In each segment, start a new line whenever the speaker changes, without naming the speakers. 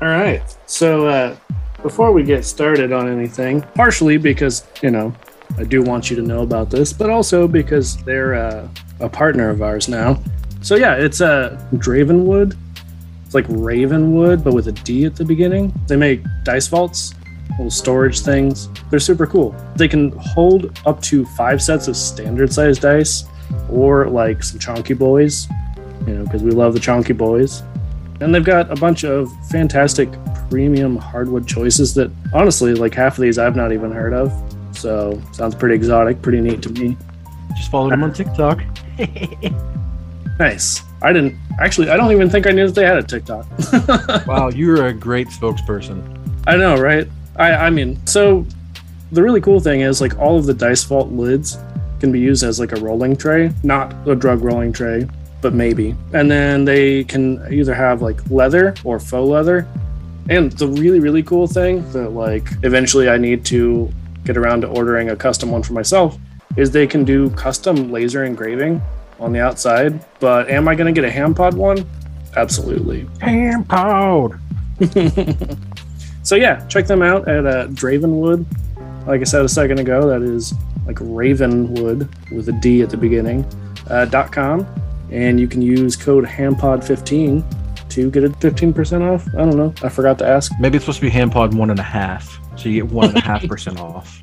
All right. So uh, before we get started on anything, partially because you know I do want you to know about this, but also because they're uh, a partner of ours now. So yeah, it's uh, Dravenwood. It's like Ravenwood, but with a D at the beginning. They make dice vaults, little storage things. They're super cool. They can hold up to five sets of standard-sized dice, or like some chonky boys, you know, because we love the chonky boys. And they've got a bunch of fantastic premium hardwood choices that honestly, like half of these I've not even heard of. So sounds pretty exotic, pretty neat to me.
Just follow them on TikTok.
Nice. I didn't actually I don't even think I knew that they had a TikTok.
wow, you're a great spokesperson.
I know, right? I I mean, so the really cool thing is like all of the dice vault lids can be used as like a rolling tray, not a drug rolling tray, but maybe. And then they can either have like leather or faux leather. And the really really cool thing that like eventually I need to get around to ordering a custom one for myself is they can do custom laser engraving on the outside. But am I going to get a ham pod one? Absolutely.
Ham powd.
So yeah, check them out at uh, Dravenwood. Like I said a second ago, that is like Ravenwood with a D at the beginning. Uh, dot com, and you can use code Hampod15 to get it 15% off. I don't know. I forgot to ask.
Maybe it's supposed to be ham pod one and a half, so you get one and a half percent off.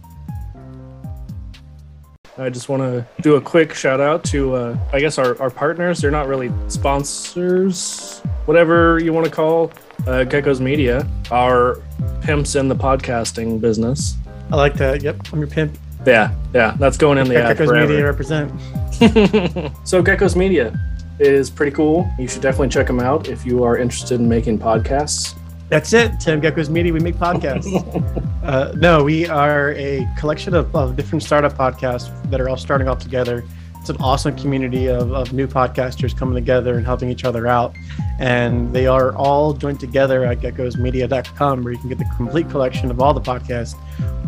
I just want to do a quick shout out to, uh, I guess, our, our partners. They're not really sponsors, whatever you want to call uh, Gecko's Media, our pimps in the podcasting business.
I like that. Yep, I'm your pimp.
Yeah, yeah, that's going in the ad
Gecko's
forever.
Media represent.
so Gecko's Media is pretty cool. You should definitely check them out if you are interested in making podcasts.
That's it. Tim Gecko's Media. We make podcasts. uh, no, we are a collection of, of different startup podcasts that are all starting off together. It's an awesome community of, of new podcasters coming together and helping each other out. And they are all joined together at geckosmedia.com, where you can get the complete collection of all the podcasts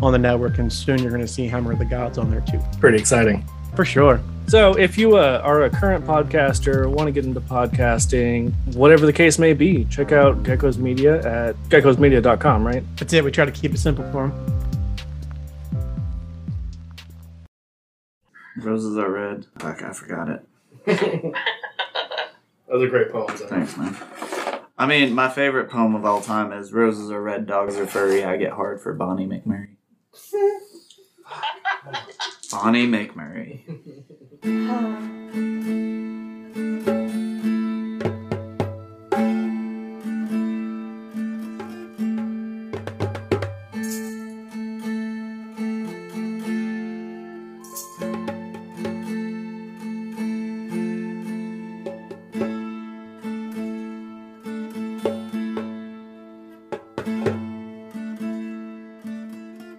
on the network. And soon you're going to see Hammer of the Gods on there too.
Pretty exciting.
For sure.
So, if you uh, are a current podcaster, want to get into podcasting, whatever the case may be, check out Gecko's Media at geckosmedia.com, right?
That's it. We try to keep it simple for them.
Roses are red. Fuck, I forgot it.
Those are great poems.
Thanks, man. I mean, my favorite poem of all time is "Roses are red, dogs are furry." I get hard for Bonnie McMurray. Bonnie McMurray.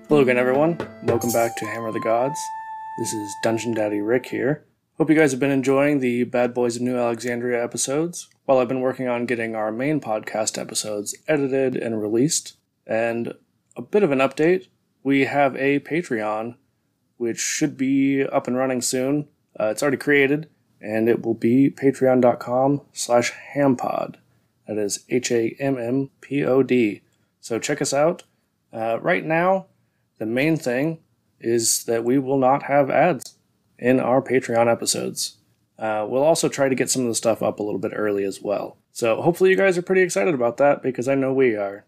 Hello again, everyone. Welcome back to Hammer of the Gods. This is Dungeon Daddy Rick here. Hope you guys have been enjoying the Bad Boys of New Alexandria episodes while I've been working on getting our main podcast episodes edited and released. And a bit of an update we have a Patreon, which should be up and running soon. Uh, it's already created, and it will be patreon.com slash hampod. That is H A M M P O D. So check us out. Uh, right now, the main thing is that we will not have ads in our Patreon episodes. Uh, we'll also try to get some of the stuff up a little bit early as well. So hopefully you guys are pretty excited about that because I know we are.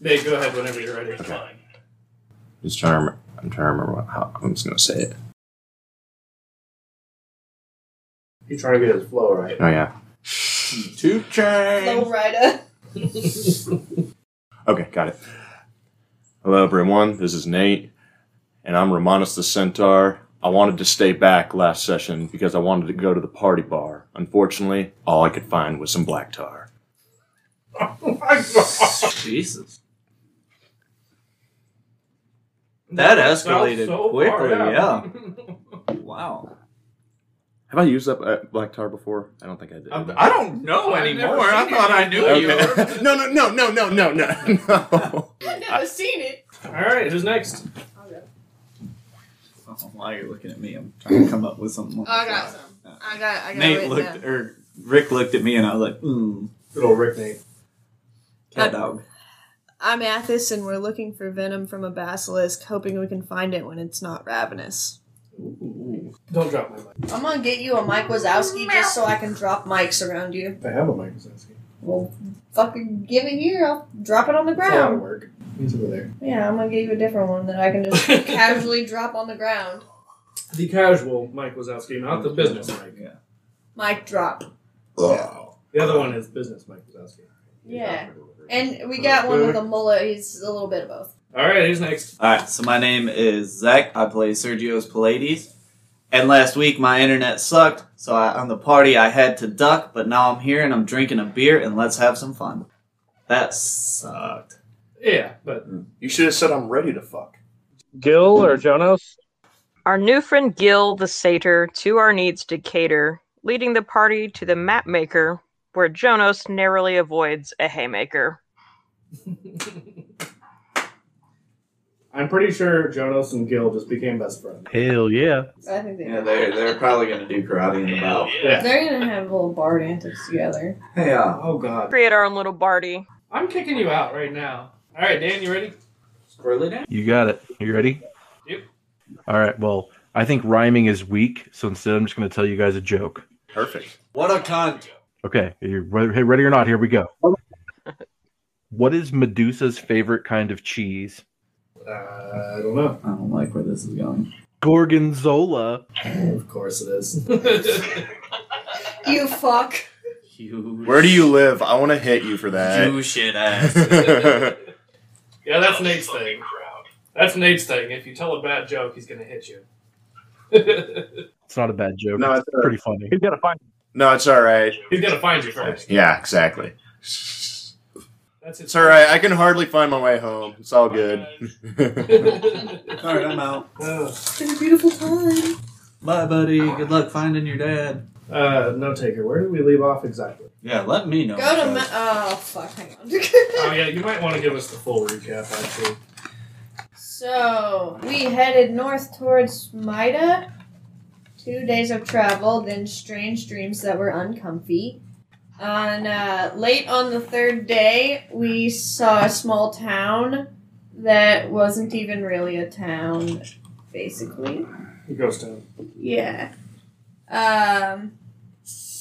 Nate, go ahead whenever you're ready.
Just trying to remember. I'm trying to remember what, how I'm just gonna say it.
You're trying to get his flow right.
Oh yeah.
Two chains.
Rider.
Okay, got it. Hello everyone. This is Nate, and I'm Romanus the Centaur. I wanted to stay back last session because I wanted to go to the party bar. Unfortunately, all I could find was some black tar.
Jesus. That escalated quickly. yeah. wow.
Have I used up uh, black tar before? I don't think I did.
I don't know anymore. I thought I knew
Okay. no, no, no, no, no, no, no, no.
I've never seen it.
All right, who's next?
I don't know Oh, why you're looking at me. I'm trying to come up with something.
Oh, I got some. I got. I got.
Nate
it
looked,
down.
mm. or Rick looked at me, and I was like, hmm.
Good old Rick Nate.
Cat
Uh,
dog.
I'm Athis, and we're looking for venom from a basilisk, hoping we can find it when it's not ravenous.
Don't drop my mic.
I'm gonna get you a Mike Wazowski just so I can drop mics around you.
I have a mic. That's
Well, fucking give it here. I'll drop it on the ground.
work. He's over there.
Yeah, I'm gonna get you a different one that I can just casually drop on the ground.
The casual Mike Wazowski, not the business mic.
Yeah.
Mic drop.
The other one is business Mike Wazowski.
Yeah. And we got one with a mullet. He's a little bit of both.
All right, who's next?
All right, so my name is Zach. I play Sergio's Pallades. And last week my internet sucked, so I, on the party I had to duck, but now I'm here and I'm drinking a beer and let's have some fun. That sucked.
Yeah, but
You should have said I'm ready to fuck.
Gil or Jonas?
Our new friend Gil the Satyr to our needs did cater, leading the party to the mapmaker, where Jonos narrowly avoids a haymaker.
I'm pretty sure Jonas and Gil just became best friends.
Hell yeah.
I think they
Yeah, they're, they're probably going to do karate in the mouth.
Yeah.
They're gonna have little bar antics together.
Yeah.
Oh God.
Create our own little party.
I'm kicking you out right now. All right, Dan, you ready?
Squirrely down.
You got it. You ready?
Yep.
All right. Well, I think rhyming is weak, so instead I'm just going to tell you guys a joke.
Perfect.
What a cunt.
Okay. You're re- hey, ready or not? Here we go. what is Medusa's favorite kind of cheese?
Uh, I don't know.
I don't like where this is going.
Gorgonzola.
Of course it is.
You fuck.
You
Where do you live? I want to hit you for that.
You shit ass.
That's
yeah, that's Nate's thing. That's Nate's thing. If you tell a bad joke, he's gonna hit you.
It's not a bad joke.
No,
it's
it's, uh,
pretty funny.
He's got to find.
no, it's all right.
he's gonna find you first.
Yeah, exactly.
That's his
It's all right. I can hardly find my way home. It's all good.
All right, I'm out.
Uh,
It's been a beautiful time.
Bye, buddy. Good luck finding your dad.
uh, no taker. Where did we leave off exactly?
Yeah, let me know.
Go to ma-
because
oh fuck, hang on.
Oh yeah, you might want to give us the full recap actually.
so we headed north towards Mida. Two days of travel, then strange dreams that were uncomfy. On uh, late on the third day, we saw a small town that wasn't even really a town, basically.
Ghost town.
Yeah. Um,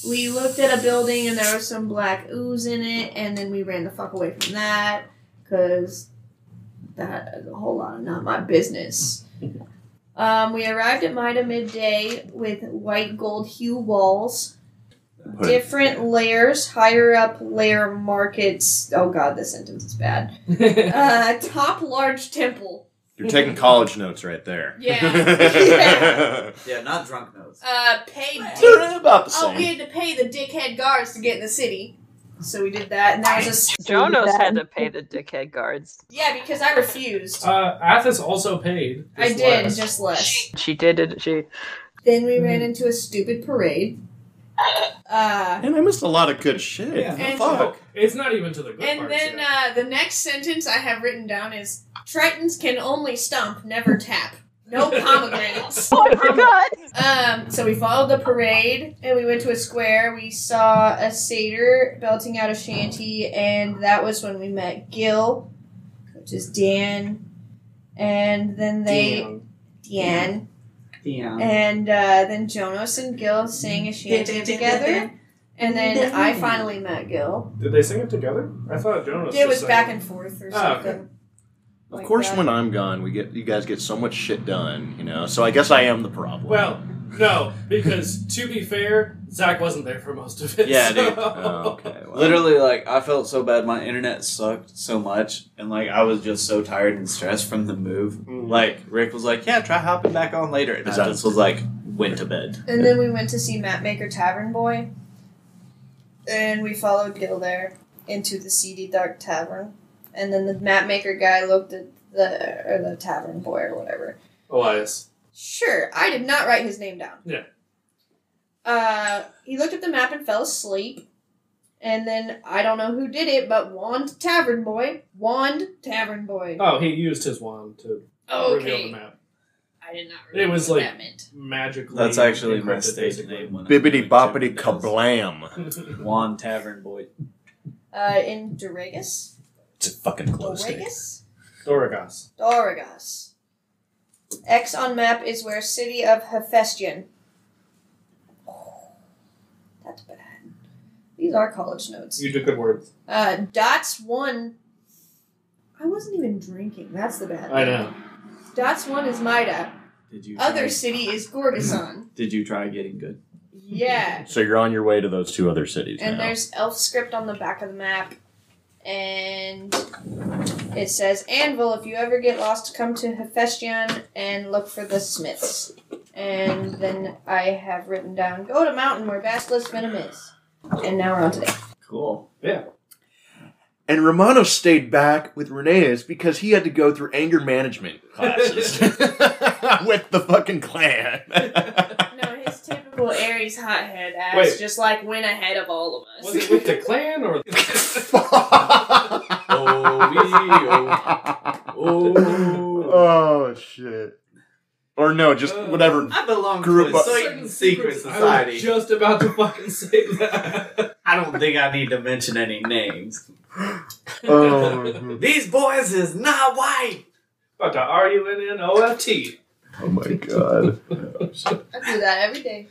we looked at a building and there was some black ooze in it, and then we ran the fuck away from that because that is a whole lot of not my business. Um, we arrived at Mida midday with white gold hue walls,
Put it-
different layers, higher up layer markets. Oh god, this sentence is bad. Uh, top large temple.
You're taking college notes right there.
Yeah.
Yeah, not drunk notes.
Uh, paid.
Dude, it's about the
Oh, we
same.
had to pay the dickhead guards to get in the city. So we did that, and that was just
Jonos had to pay the dickhead guards.
yeah, because I refused.
Uh, Athos also paid.
I
just
did
last.
just less.
She did it. She
Then we ran into a stupid parade. Uh,
And I missed a lot of good shit.
Yeah.
And-
Fuck.
It's not even to the good
and
parts
then
yet.
uh, the next sentence I have written down is Tritons can only stomp, never tap. No pomegranates.
Oh my god!
Um, so we followed the parade and we went to a square. We saw a satyr belting out a shanty, and that was when we met Gil, which is Dan. And then they
Damn.
Dan,
Yeah.
and uh, then Jonas and Gil sang a shanty together. And then I finally met Gil.
Did they sing it together? I thought Jonas.
It was
just sang
back and forth or
Oh, okay.
something.
Ah, Of
Like
course,
that.
when I'm gone, we get you guys get so much shit done, you know. So I guess I am the problem.
Well, no, because to be fair, Zach wasn't there for most of it.
Yeah,
so-
dude.
Oh, okay. well.
Literally, like, I felt so bad. My internet sucked so much, and, like, I was just so tired and stressed from the move. Like, Rick was like, yeah, try hopping back on later. And
Is
I
that-
just was like, went to bed.
And then we went to see Mapmaker Tavern Boy. And we followed Gil there into the seedy dark tavern. And then the Mapmaker guy looked at the or the tavern boy or whatever.
Oh,
Elias.
Sure, I did not write his name down.
Yeah.
Uh, he looked at the map and fell asleep. And then I don't know who did it, but Wand Tavern Boy, Wand Tavern Boy.
Oh, he used his wand to reveal the
Oh, okay,
map.
I did not.
It was
what
like-
that meant.
Magically.
That's actually my
encrypted,
stage
basically.
name. When I
bibbity boppity
joined Jeopardy.
kablam.
Juan Tavern Boy.
Uh, in Duragus.
It's a fucking close date.
Dorigus?
Dorigas.
Dorigas. X on map is where city of Hephaestion. That's bad. These are college notes.
You did good words.
Uh, dots one. I wasn't even drinking. That's the bad.
I know.
Dots one is Maida.
Did you
Other city is Gorgason.
Try, did you try getting good?
Yeah.
So you're on your way to those two other cities
And
now.
there's elf script on the back of the map. And it says, Anvil, if you ever get lost, come to Hephaestion and look for the smiths. And then I have written down, go to mountain where basilisk venom is. And now we're on today.
Cool.
And Romano stayed back with Reneas because he had to go through anger management classes with the fucking clan.
No, his typical Aries hothead ass
Wait.
just like went ahead of all of
Was it with the clan or?
Oh, wee, oh, oh.
oh shit. Or no, just whatever.
I belong
Group
to a
up.
certain secret
I was
society.
just about to fucking say that.
I don't think I need to mention any names.
Oh,
These boys is not white.
about to R U N N O F T.
oh my god.
I do that every day.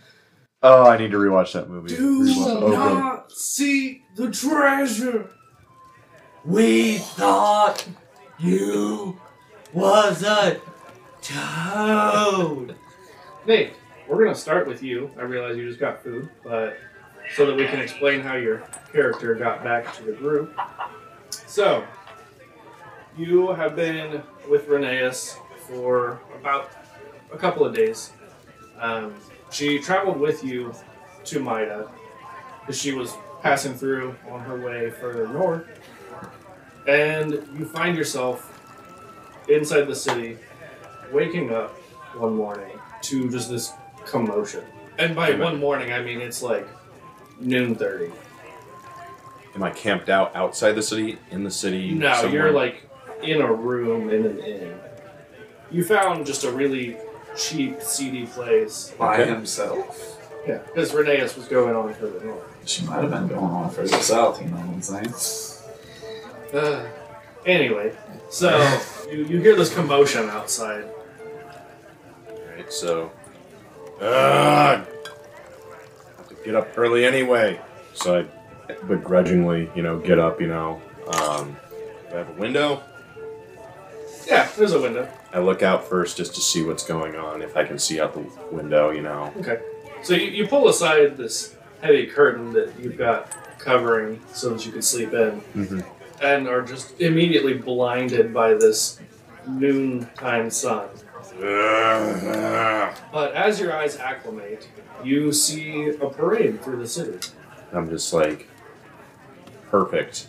Oh, I need to rewatch that movie. Rewatch-
Do
oh, bro.
not see the treasure.
We thought you was a toad.
Nate, we're gonna start with you. I realize you just got food, but so that we can explain how your character got back to the group. So, you have been with Reneas for about a couple of days. Um, she traveled with you to Maida as she was passing through on her way further north, and you find yourself inside the city, waking up one morning to just this commotion. And by one morning, I mean it's like noon 30.
Am I camped out outside the city? In the city?
No,
somewhere?
you're like in a room in an inn. You found just a really cheap, seedy place.
By
Okay.
himself.
Yeah, because Reneas was going on further north.
She might have been going on for herself, you know what I'm saying?
Uh, anyway, so you, you hear this commotion outside.
Right, so. Ugh! Have to get up early anyway. So I begrudgingly, you know, get up, you know. Um, do I have a window.
Yeah, there's a window.
I look out first just to see what's going on, if I can see out the window, you know.
Okay. So you, you pull aside this heavy curtain that you've got covering so that you could sleep in.
Mm-hmm.
and are just immediately blinded by this noontime sun. But as your eyes acclimate, you see a parade through the city.
I'm just like, perfect.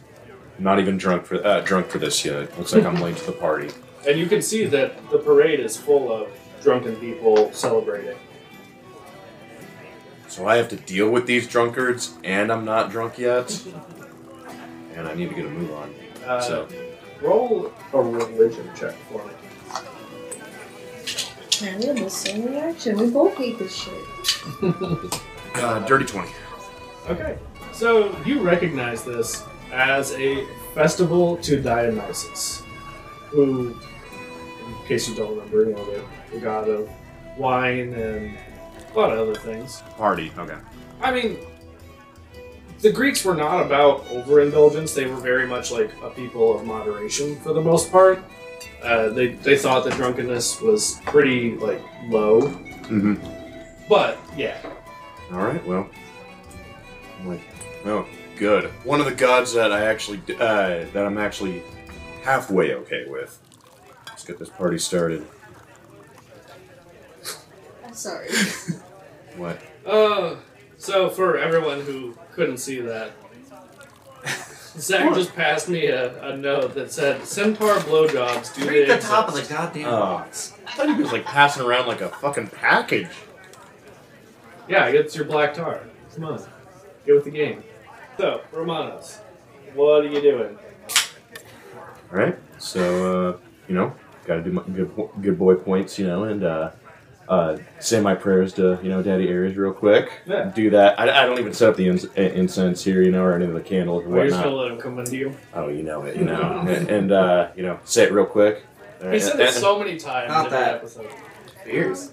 Not even drunk for uh, drunk for this yet. Looks like I'm late to the party.
And you can see that the parade is full of drunken people celebrating.
So I have to deal with these drunkards, and I'm not drunk yet, and I need to get a move on.
Uh,
So
Roll a religion check for me.
And we have the same reaction. We both hate this shit.
Uh, dirty 20.
Okay. So you recognize this as a festival to Dionysus, who, in case you don't remember, you know, the, the god of wine and a lot of other things.
Party. Okay.
I mean, the Greeks were not about overindulgence. They were very much like a people of moderation for the most part. Uh, they, they thought that drunkenness was pretty like low,
Mm-hmm.
but yeah,
All right. Well. I'm like, oh, good. One of the gods that I actually d- uh, that I'm actually halfway okay with. Let's get this party started.
I'm sorry.
What?
Uh, so for everyone who couldn't see that, Zach just passed me a, a note that said centaur blowjobs do
Read
they
the top of the
exist?"
goddamn
Oh.
box.
I thought he was like passing around like a fucking package.
Yeah, it's your black tar. Come on, get with the game. So Romanos, what are you doing?
All right. So uh, you know, got to do my good, good boy points, you know, and uh, uh, say my prayers to you know Daddy Aries real quick. Do that. I, I don't even set up the ins- i- incense here, you know, or any of the candles or
Or you're
whatnot.
just gonna let him come into you.
oh, you know it, you know, and, and, uh, you know, say it real quick.
He said
And-
it so many times
Not
in
that.
that episode.
Fierce.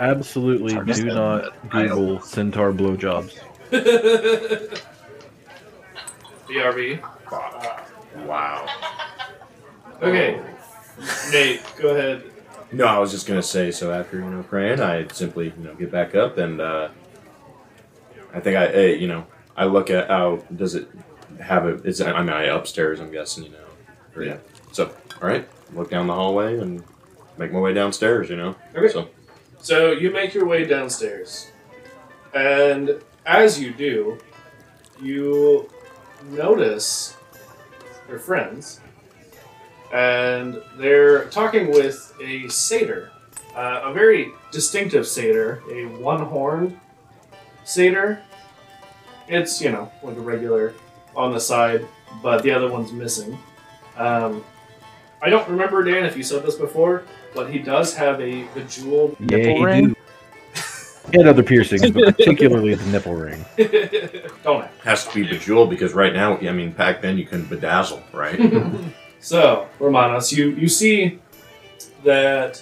Absolutely do not Google centaur blowjobs.
BRB.
Wow.
Okay.
Oh.
Nate, go ahead.
No, I was just gonna say. So after you know praying, I simply you know get back up and uh, I think I eh, you know I look at how does it have a is I mean I upstairs I'm guessing you know or, yeah. So all right, look down the hallway and make my way downstairs. You know.
Okay.
So
So you make your way downstairs, and as you do, you notice your friends, and they're talking with a satyr, uh, a very distinctive satyr, a one-horned satyr. It's you know like a regular on the side, but the other one's missing. Um, I don't remember Dan if you said this before, but he does have a bejeweled nipple
Yay,
ring.
dude. And other piercings, but particularly the nipple ring.
Don't act.
has to be bejeweled because right now I mean back then you couldn't bedazzle right.
So, Romanos, you, you see that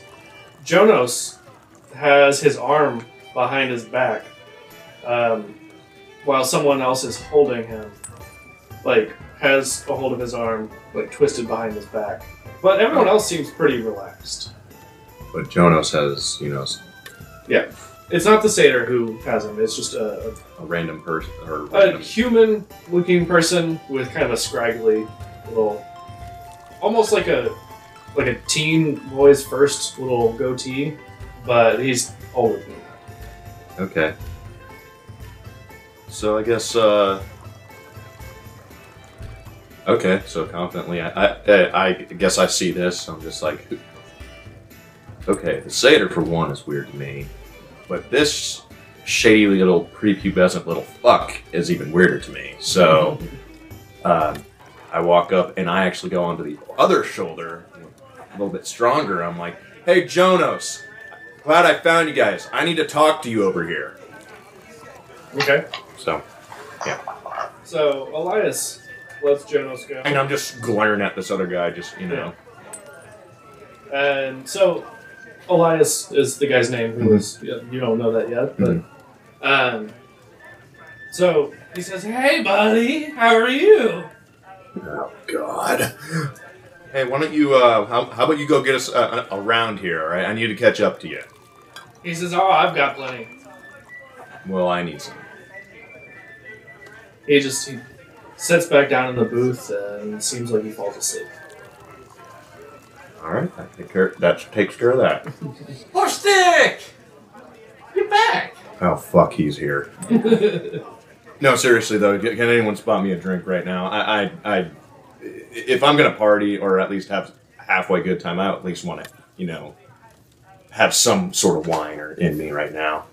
Jonos has his arm behind his back um, while someone else is holding him. Like, has a hold of his arm, like, twisted behind his back. But everyone else seems pretty relaxed.
but Jonas has you know
It's not the satyr who has him, it's just a, a
a random person or
a
random
human looking person with kind of a scraggly little almost like a like a teen boy's first little goatee but he's older than that
Okay. So I guess. uh... Okay, so confidently, I, I- I I guess I see this. I'm just like, okay, the satyr for one is weird to me, but this shady little prepubescent little fuck is even weirder to me. So, um, I walk up and I actually go onto the other shoulder, a little bit stronger. I'm like, hey, Jonos, glad I found you guys. I need to talk to you over here.
okay
So,
so elias lets jonas go
and I'm just glaring at this other guy, just you know.
and so elias is the guy's name who was you don't know that yet but um so he says hey buddy how are you
Oh God. Hey, why don't you? Uh, how, how about you go get us uh, a, a round here? All right, I need to catch up to you.
he says oh i've got plenty
Well, I need some.
He just he sits back down in the booth and seems like he falls asleep.
All right, that, take care, that takes care of that.
Horse stick! You're back!
Oh fuck, he's here. no, seriously though, can can anyone spot me a drink right now? I, I, I if I'm gonna party or at least have halfway good time, I at least want to, you know, have some sort of wine or in me right now.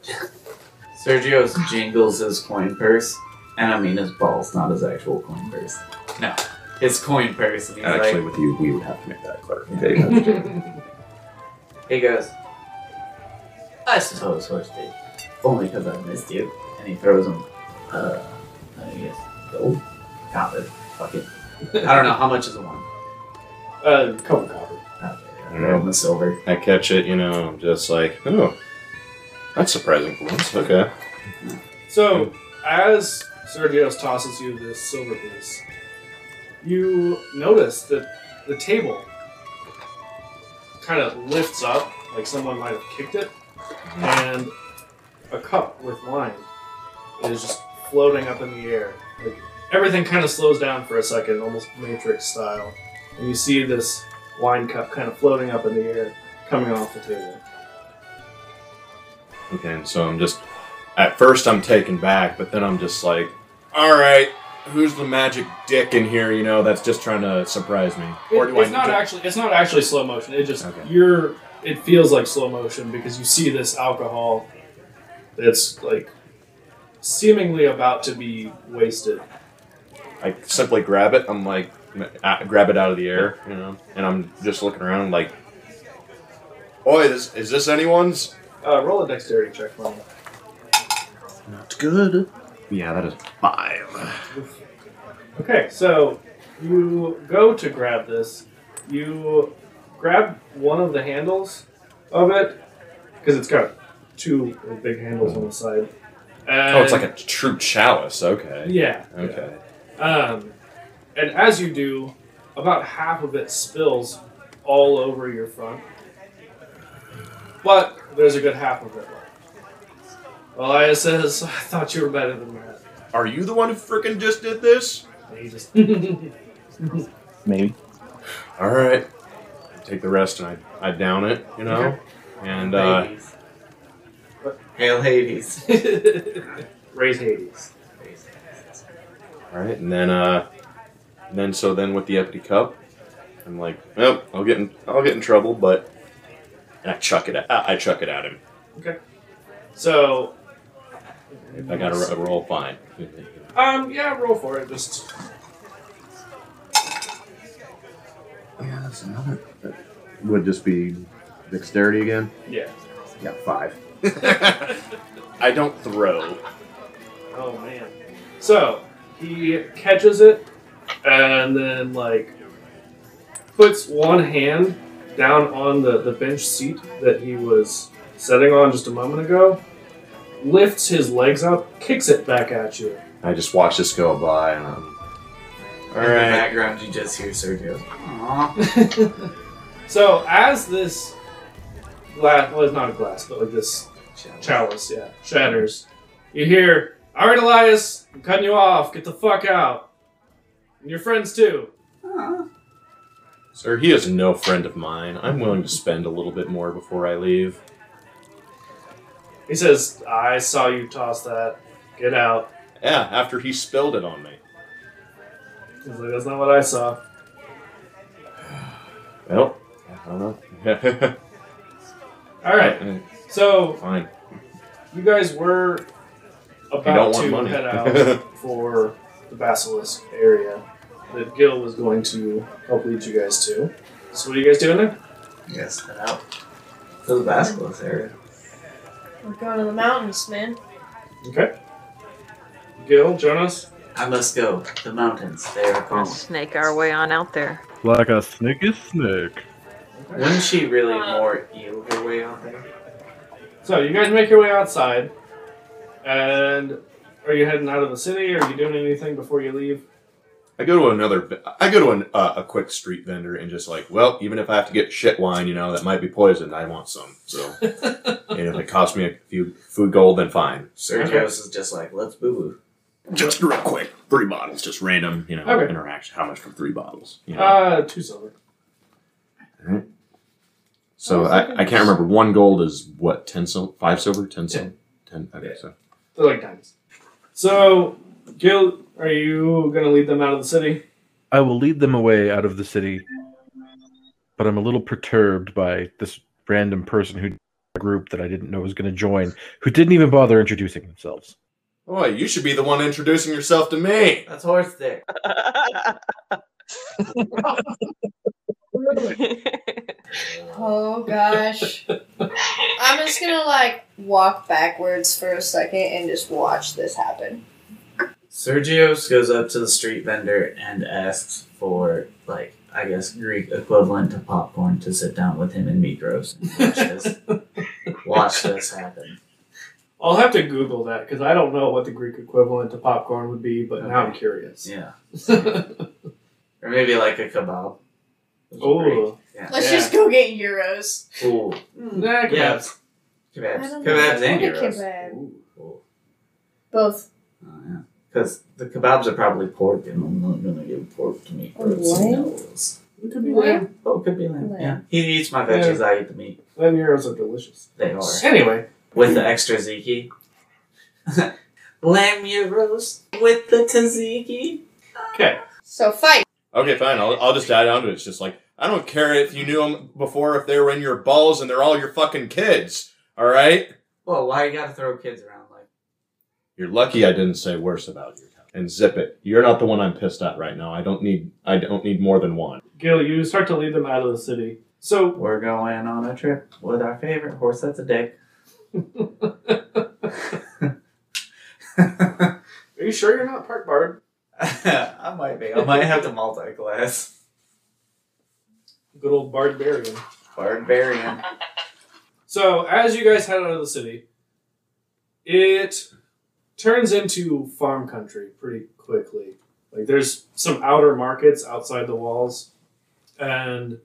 Sergio's jingles his coin purse, and I mean his balls, not his actual coin purse. No, his coin purse, and he's
Actually,
like,
with you, we would have to make that clarification.
he goes, I suppose horse dick, only because I missed you. And he throws him, uh, I guess, gold, copper, fuck it. I don't know, how much is a one?
Uh, Coca Copper.
Okay, I throw him a silver.
I catch it, you know, I'm just like, oh, that's surprising for once. Okay.
So as Sergios tosses you this silver piece, you notice that the table kind of lifts up, like someone might have kicked it, and a cup with wine is just floating up in the air. Like everything kind of slows down for a second, almost Matrix style, and you see this wine cup kind of floating up in the air, coming off the table.
Okay, and so I'm just, at first I'm taken back, but then I'm just like, all right, who's the magic dick in here, you know, that's just trying to surprise me?
It- it's not actually it's not actually slow motion. It just
Okay.
you're it feels like slow motion because you see this alcohol that's like seemingly about to be wasted.
I simply grab it. I'm like, uh, grab it out of the air, you know, and I'm just looking around like, Oi, this, is this anyone's?
Uh, roll a dexterity check for me.
Not good. Yeah, that is five.
Okay, so you go to grab this. You grab one of the handles of it because it's got two big handles on the side.
Oh, it's like a true chalice. Okay.
yeah.
Okay.
Um, and as you do, about half of it spills all over your front. But there's a good half of it left. Elia says, I thought you were better than that.
Are you the one who freaking just did this?
And he just.
Maybe.
All right. I take the rest and I, I down it, you know?
Okay.
And, uh,
Hades. Hail Hades.
Raise Hades.
all right. And then, uh, and then, so then with the Epity Cup, I'm like, nope, I'll get in, I'll get in trouble, but, and I chuck it at, I I chuck it at him.
So.
If I got to roll, fine.
Um, yeah, roll for it. Just.
Yeah, that's another. Would just be dexterity again?
Yeah.
Yeah, five. I don't throw.
Oh, man. So, he catches it and then, like, puts one hand down on the, the bench seat that he was sitting on just a moment ago, lifts his legs up, kicks it back at you.
I just watch this go by and I'm.
In the background, you just hear Sergio. Aww.
So, as this glass, well, it's not a glass, but like this chalice, yeah, shatters. You hear, all right, Elias, I'm cutting you off. Get the fuck out. And your friends too.
Sir, he is no friend of mine. I'm willing to spend a little bit more before I leave.
He says, I saw you toss that. Get out.
Yeah, after he spilled it on me.
He's like, that's not what I saw.
Well, I don't know.
All right. So
fine.
you guys were
don't
about
want
to
money.
head out for the basilisk area that Gil was going to help lead you guys to. So what are you guys doing there?
Yes, head out. To the basketball area.
We're going to the mountains, man.
Okay. Gil, Jonas.
I must go. The mountains, they are
Let's
calm.
Snake our way on out there.
Like a snake is snake.
Wouldn't she really
Uh,
more eel her way out there?
So you guys make your way outside, and are you heading out of the city? Are you doing anything before you leave?
I go to another. I go to an, uh, a quick street vendor and just like, well, even if I have to get shit wine, you know, that might be poisoned. I want some. So, and if it costs me a few food gold, then fine.
Sergio's
Okay.
is just like, let's boo boo.
Just real quick, three bottles, just random, you know,
Okay.
interaction. How much for three bottles? You know?
Uh, two silver.
so I, I can't remember. One gold is what? Ten silver? Five silver? Ten silver? Ten. Okay,
Yeah.
so
They're like diamonds. So, Gil, are you gonna lead them out of the city?
I will lead them away out of the city, but I'm a little perturbed by this random person who group that I didn't know was going to join, who didn't even bother introducing themselves.
Boy, you should be the one introducing yourself to me.
That's horse dick.
Hmm,
Oh gosh. I'm just gonna like walk backwards for a second and just watch this happen.
Sergios goes up to the street vendor and asks for, like, I guess Greek equivalent to popcorn to sit down with him and Mikros and watch this, watch this happen.
I'll have to Google that because I don't know what the Greek equivalent to popcorn would be, but now I'm curious.
Yeah. Or maybe like a kebab.
Ooh. Yeah.
Let's just go get euros.
Ooh.
Mm.
Nah,
Yeah.
kebabs.
I
Kebabs. Kebabs
don't know.
and
Look at
gyros.
kebab.
Ooh, cool.
Both.
Oh, yeah. Because the kebabs are probably pork, and I'm not going to give pork to me.
Oh, what?
It could be
What?
lamb.
Oh, it could be lamb.
Lamb.
Yeah. He eats my veggies, I eat the meat.
Lamb euros are delicious.
They are.
Anyway,
With the extra ziki. lamb euros with the tzatziki.
okay.
So fight.
Okay, fine. I'll, I'll just add on to it. It's just like I don't care if you knew them before, if they were in your balls, and they're all your fucking kids. All right.
Well, why you gotta throw kids around like
You're lucky I didn't say worse about you. And zip it. You're not the one I'm pissed at right now. I don't need. I don't need more than one.
Gil, you start to lead them out of the city, So
We're going on a trip with our favorite horse that's a dick.
are you sure you're not park barred?
I might be. I might have to multi class.
Good old barbarian.
Barbarian.
So as you guys head out of the city, it turns into farm country pretty quickly. Like there's some outer markets outside the walls, and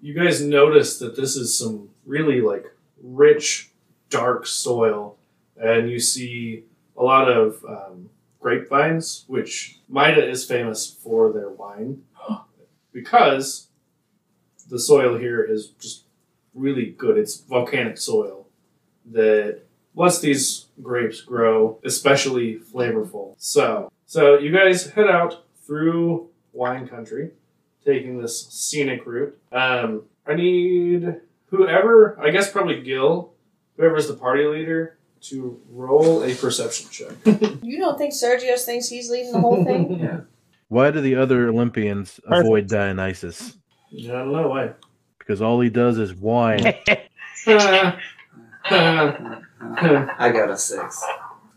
you guys notice that this is some really like rich, dark soil, and you see a lot of um, grapevines, which Maida is famous for their wine because the soil here is just really good. It's volcanic soil that lets these grapes grow especially flavorful. So, so you guys head out through wine country, taking this scenic route. Um, I need whoever, I guess probably Gil, whoever's the party leader, to roll a perception check.
You don't think Sergio thinks he's leading the whole thing?
yeah.
Why do the other Olympians
Perfect.
avoid Dionysus?
I don't know why.
Because all he does is whine.
Uh, uh, uh.
I got a six.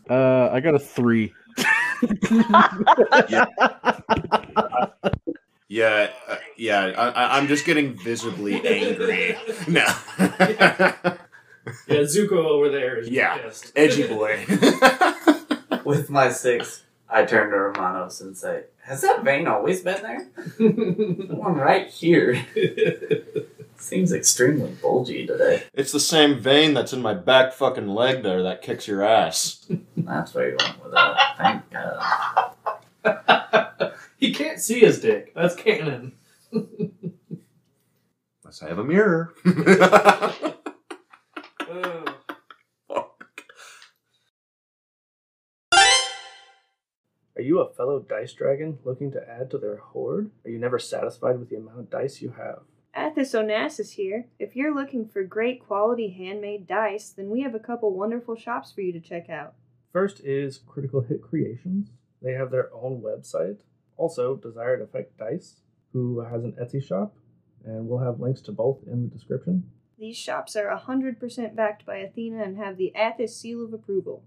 uh, I got a three.
Yeah, uh, yeah. I, I, I'm just getting visibly angry now.
Yeah, Zuko over there is
Yeah.
pissed.
Edgy boy.
With my six, I turn to Romanos and say, Has that vein always been there? The one right here. Seems extremely bulgy today.
it's the same vein that's in my back fucking leg there that kicks your ass.
That's where you went with that. Thank God.
he can't see his dick. That's canon.
Unless I have a mirror.
Uh. Are you a fellow dice dragon looking to add to their hoard? Are you never satisfied with the amount of dice you have?
Athos Onassis here. If you're looking for great quality handmade dice, then we have a couple wonderful shops for you to check out.
First is Critical Hit Creations. They have their own website. Also, Desired Effect Dice, who has an Etsy shop, and we'll have links to both in the description.
These shops are 100% backed by Athena and have the Athos seal of approval.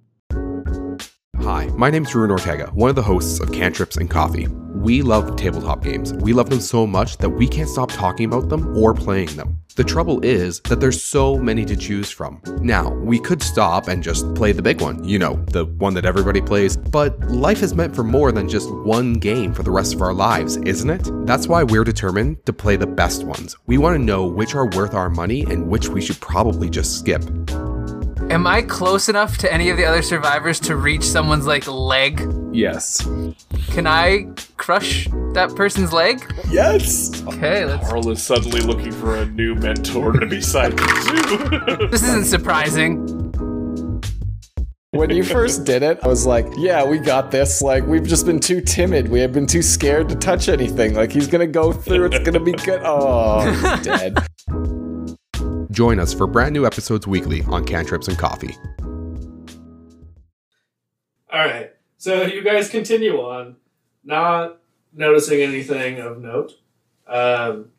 Hi, my name is Ruin Ortega, one of the hosts of Cantrips and Coffee. We love tabletop games. We love them so much that we can't stop talking about them or playing them. The trouble is that there's so many to choose from. Now, we could stop and just play the big one, you know, the one that everybody plays, but life is meant for more than just one game for the rest of our lives, isn't it? That's why we're determined to play the best ones. We want to know which are worth our money and which we should probably just skip.
Am I close enough to any of the other survivors to reach someone's like leg?
Yes.
Can I crush that person's leg?
Yes!
Okay, let's.
Carl is suddenly looking for a new mentor to be side to.
This isn't surprising.
when you first did it, I was like, yeah, we got this. Like, we've just been too timid. We have been too scared to touch anything. Like, he's gonna go through, it's gonna be good. Oh, he's dead.
Join us for brand new episodes weekly on Cantrips and Coffee.
All right. So you guys continue on, not noticing anything of note. Um,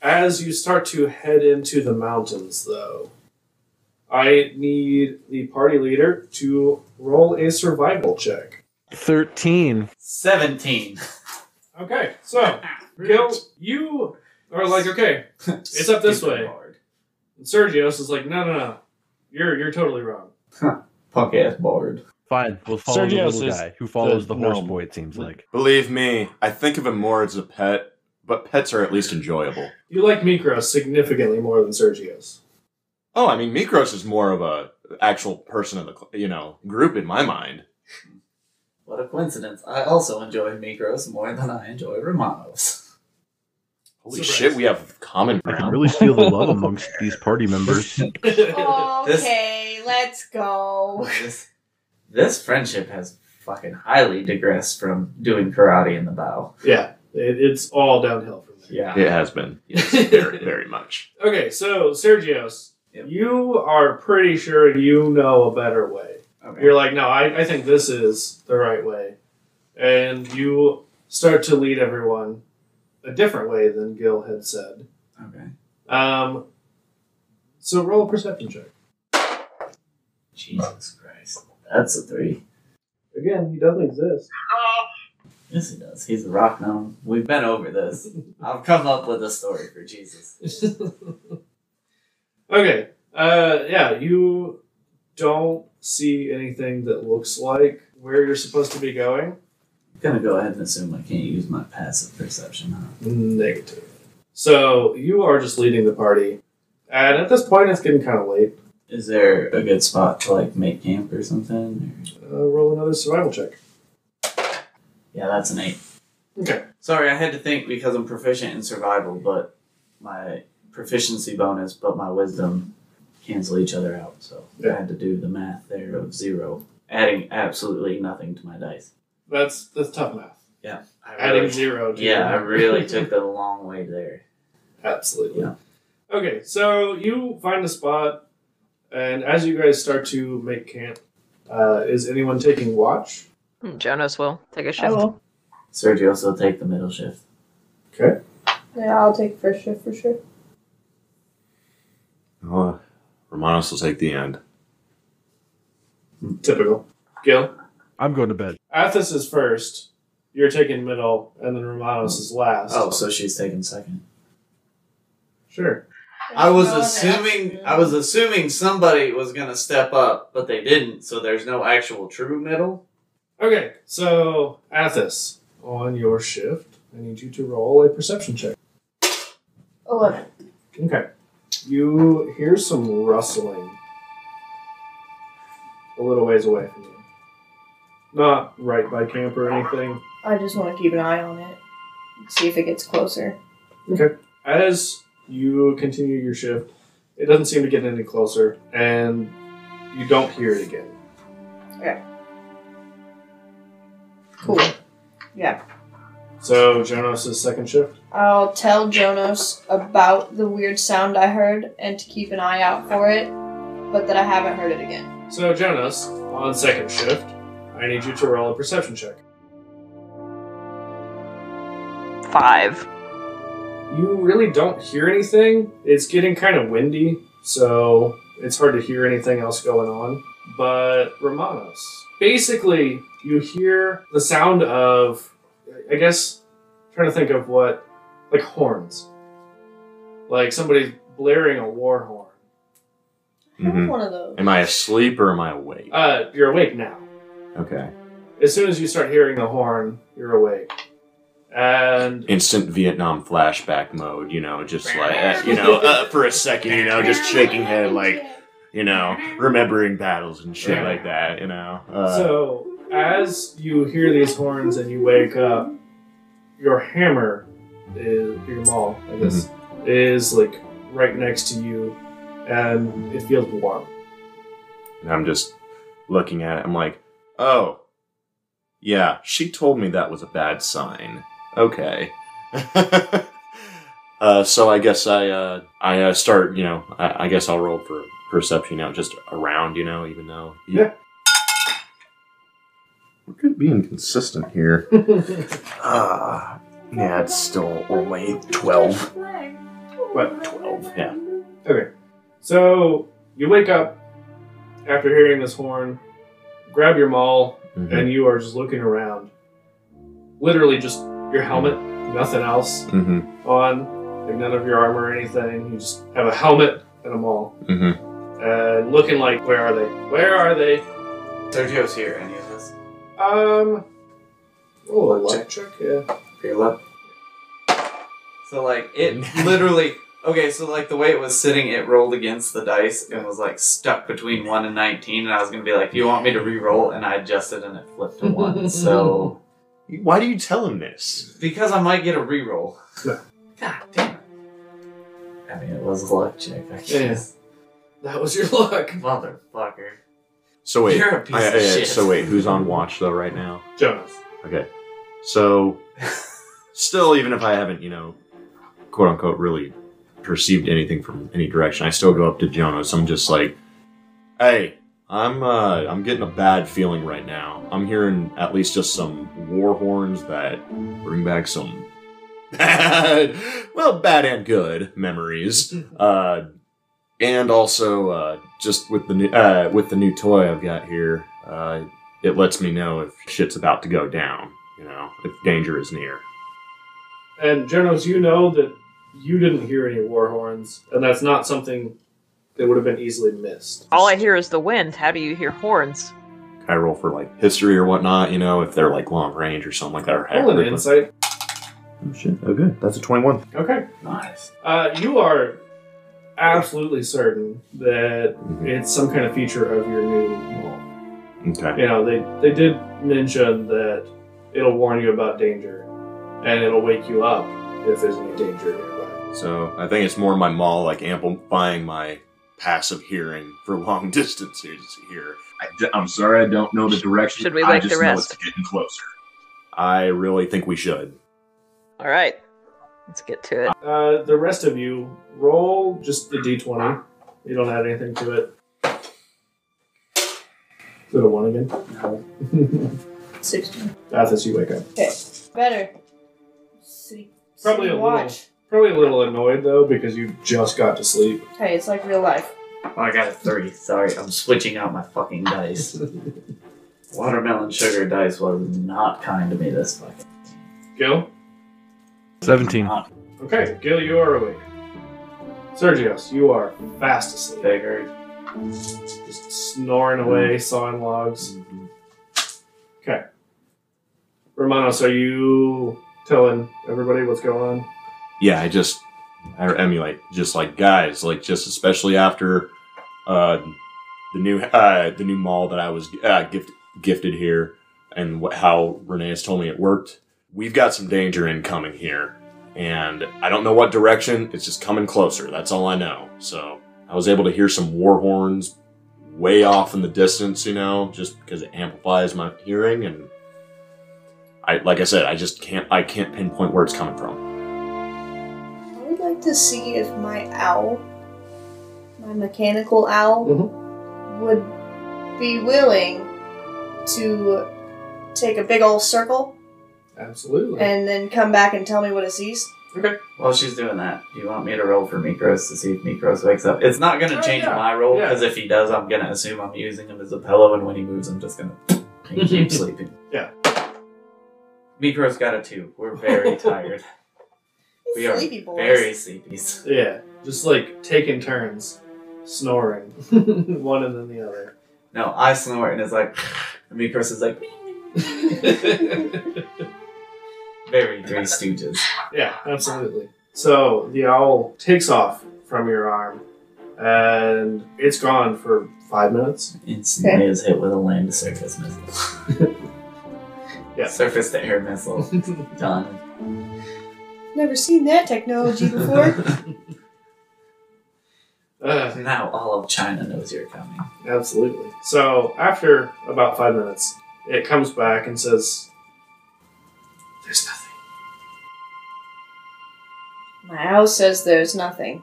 as you start to head into the mountains, though, I need the party leader to roll a survival check.
13.
17.
Okay. So, Gil, you are like, okay, it's up this way. And Sergios is like, no, no, no, you're you're totally wrong.
Punk ass board.
Fine, we'll follow the
Sergius
little
is
guy who follows the,
the
horse
gnome.
boy, it seems like.
Believe me, I think of him more as a pet, but pets are at least enjoyable.
You like Mikros significantly more than Sergios.
Oh, I mean, Mikros is more of a actual person of the cl- you know group in my mind.
What a coincidence. I also enjoy Migros more than I enjoy Romanos.
Holy
Surprise.
shit, we have common
I can
ground.
really feel the love amongst these party members.
Oh. okay, let's go.
this, this friendship has fucking highly digressed from doing karate in the bow.
yeah, it, it's all downhill from there.
Yeah.
It has been yes, very, very much.
Okay, so Sergios,
Yep.
you are pretty sure you know a better way.
Okay.
You're like, no, I, I think this is the right way. And you start to lead everyone a different way than Gil had said.
okay.
Um, so roll a perception check.
Jesus Christ. That's a three.
Again, he doesn't exist.
Yes, he does. He's a rock gnome. We've been over this. I've come up with a story for Jesus.
Okay. Uh, yeah, you don't see anything that looks like where you're supposed to be going.
I'm gonna go ahead and assume I can't use my passive perception. Huh?
Negative. So you are just leading the party, and at this point, it's getting kind of late.
Is there a good spot to like make camp or something?
Uh, roll another survival check.
Yeah, that's an eight.
Okay.
Sorry, I had to think because I'm proficient in survival, but my proficiency bonus, but my wisdom cancel each other out. So I had to do the math there of zero, adding absolutely nothing to my dice.
That's that's tough math.
Yeah, I
adding
really-
zero. To
Yeah, I really took the long way there.
Absolutely.
Yeah.
Okay, so you find a spot, and as you guys start to make camp, uh, is anyone taking watch?
Hmm, Jonas will take a shift.
Sergio also take the middle shift.
Yeah, I'll take first shift for sure.
Oh, Romanos will take the end.
Typical. Gil?
I'm going to bed.
Athos is first. You're taking middle, and then Romanos is last.
Oh, so she's taking second.
Sure.
I was
no one
assuming I was assuming somebody was gonna step up, but they didn't. So there's no actual true middle.
Okay, so Athos, on your shift, I need you to roll a perception check.
Eleven.
Okay. You hear some rustling a little ways away from you. Not right by camp or anything.
I just want to keep an eye on it, see if it gets closer.
Okay. As you continue your shift, it doesn't seem to get any closer, and you don't hear it again.
Okay. Cool. Yeah.
So Jonas' second shift.
I'll tell Jonas about the weird sound I heard and to keep an eye out for it, but that I haven't heard it again.
So Jonas, on second shift, I need you to roll a perception check.
Five.
You really don't hear anything. It's getting kind of windy, so it's hard to hear anything else going on. But Romanos, basically, you hear the sound of, I guess, trying to think of what, like horns, like somebody's blaring a war horn.
Mhm.
One of those.
Am I asleep or am I awake?
Uh, you're awake now.
Okay.
As soon as you start hearing the horn, you're awake. And
Instant Vietnam flashback mode, you know, just like, uh, you know, uh, for a second, you know, just shaking head, like, you know, remembering battles and shit like that, you know. Uh,
so, as you hear these horns and you wake up, your hammer, is, your maul, I guess, is like right next to you, and it feels warm.
and I'm just looking at it. I'm like, oh, yeah, she told me that was a bad sign. Okay. uh, so I guess I uh, I uh, start, you know, I, I guess I'll roll for perception now, just around, you know, even though.
Yeah.
We're good being consistent here. Ah, yeah, it's still only 12.
What?
12, yeah.
Okay. So, you wake up after hearing this horn, grab your maul,
Mhm.
and you are just looking around. Literally, just your helmet, nothing else
Mm-hmm.
on, like none of your armor or anything. You just have a helmet and a maul.
Mm-hmm.
and looking like, where are they? Where are they?
Sergio's here. Any of this?
Um. Oh, electric. Yeah.
Your luck. So like it literally. Okay, so like the way it was sitting, it rolled against the dice and was like stuck between one and nineteen, and I was gonna be like, "Do you want me to re-roll?" And I adjusted, and it flipped to one. So
Why do you tell him this?
because I might get a re-roll.
Yeah.
God damn it! I mean, it was a luck check, I guess.
That was your luck,
Motherfucker.
So wait,
You're a piece
I-
of
I-
shit.
So wait, who's on watch though right now?
Jonas.
Okay, so still, even if I haven't, you know, quote unquote, really perceived anything from any direction, I still go up to Jonas. I'm just like, hey, I'm uh, I'm getting a bad feeling right now. I'm hearing at least just some war horns that bring back some bad, well, bad and good memories. Uh, and also, uh, just with the new uh, with the new toy I've got here, uh, it lets me know if shit's about to go down. You know, if danger is near.
And Jonos, you know that you didn't hear any war horns, and that's not something that would have been easily missed.
All I hear is the wind. How do you hear horns?
I roll for like history or whatnot. You know, if they're like long range or something like that. Or
Roll an insight.
Oh shit! Oh good. That's a twenty-one.
Okay. Nice. Uh, you are absolutely certain that
Mm-hmm.
it's some kind of feature of your new mall.
Okay.
You know, they, they did mention that it'll warn you about danger and it'll wake you up if there's any danger nearby.
So I think it's more my mall like amplifying my passive hearing for long distances here. I d- I'm sorry, I don't know the direction.
Should we
I
wake the
just know it's
rest?
getting closer. I really think we should.
All right, let's get to it.
Uh, the rest of you, roll just the d20. You don't add anything to it. Is it a 1 again? No.
16.
Athos, you wake up.
Okay. Better. See,
Probably
see
a
watch.
little. Probably a little annoyed though because you just got to sleep.
Hey, it's like real life.
Oh, I got a three. Sorry, I'm switching out my fucking dice. Watermelon sugar dice was not kind to me this fucking.
Gil.
17.
Okay, Gil, you are awake. Sergios, you are fast asleep. Bigger. Just snoring away, sawing logs. Okay. Romanos, are you telling everybody what's going on?
Yeah, I just I emulate just like guys, like just especially after uh, the new uh, the new mall that I was uh, gift, gifted here, and wh- how Renee's told me it worked. We've got some danger incoming here, and I don't know what direction. It's just coming closer. That's all I know. So I was able to hear some war horns way off in the distance, you know, just because it amplifies my hearing. And I, like I said, I just can't I can't pinpoint where it's coming from.
I would like to see if my owl, my mechanical owl, would be willing to take a big old circle
Absolutely.
and then come back and tell me what it sees.
Okay.
While she's doing that, do you want me to roll for Mikros to see if Mikros wakes up? It's not going
Oh,
to change
yeah.
my roll
Yeah.
because if he does, I'm going to assume I'm using him as a pillow, and when he moves, I'm just going to keep sleeping.
Yeah.
Mikros got a two. We're very tired. we are
Sleepy boys.
very sleepies.
Yeah, just like taking turns snoring, one and then the other.
No, I snore and it's like, and Mikros is like, very Three Stooges.
Yeah, absolutely. So the owl takes off from your arm, and it's gone for five minutes.
It's
Okay.
is hit with a land surface missile.
Yeah.
Surface to air missile. Done.
Never seen that technology before.
Uh,
now all of China knows you're coming.
Absolutely. So after about five minutes, it comes back and says, "There's nothing."
my owl says there's nothing.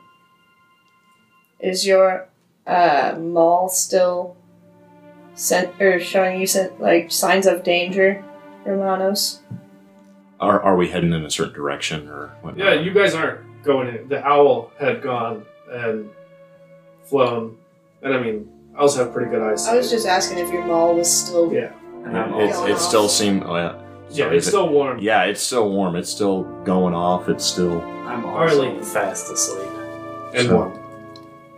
Is your uh, mall still sent or showing you sent, like signs of danger, Romanos?
Are, are we heading in a certain direction or what?
Yeah, you guys aren't going in. The owl had gone and flown, and I mean, owls have pretty good eyes.
I was just asking if your mall was still.
Yeah.
And I'm
It,
also-
it still seemed. Oh, yeah.
Yeah,
Sorry,
it's
is it-
still warm.
Yeah, it's still warm. It's still going off. It's still.
I'm
Harley.
also fast asleep.
And
warm.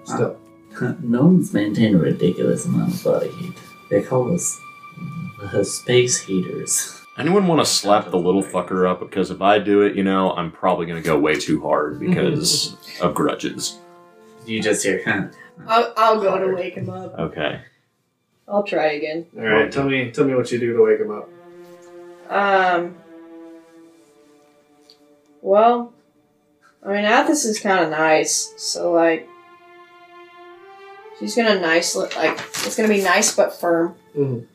Still.
Gnomes maintain a ridiculous amount of body heat. They call us the space heaters.
Anyone want to slap the little fucker up? Because if I do it, you know, I'm probably going to go way too hard because of grudges.
You just hear, huh?
I'll, I'll go to wake him up.
Okay.
I'll try again.
All right, tell me, tell me what you do to wake him up.
Um. Well, I mean, Athos is kind of nice, so like, she's gonna nice like it's gonna be nice but firm.
Mhm.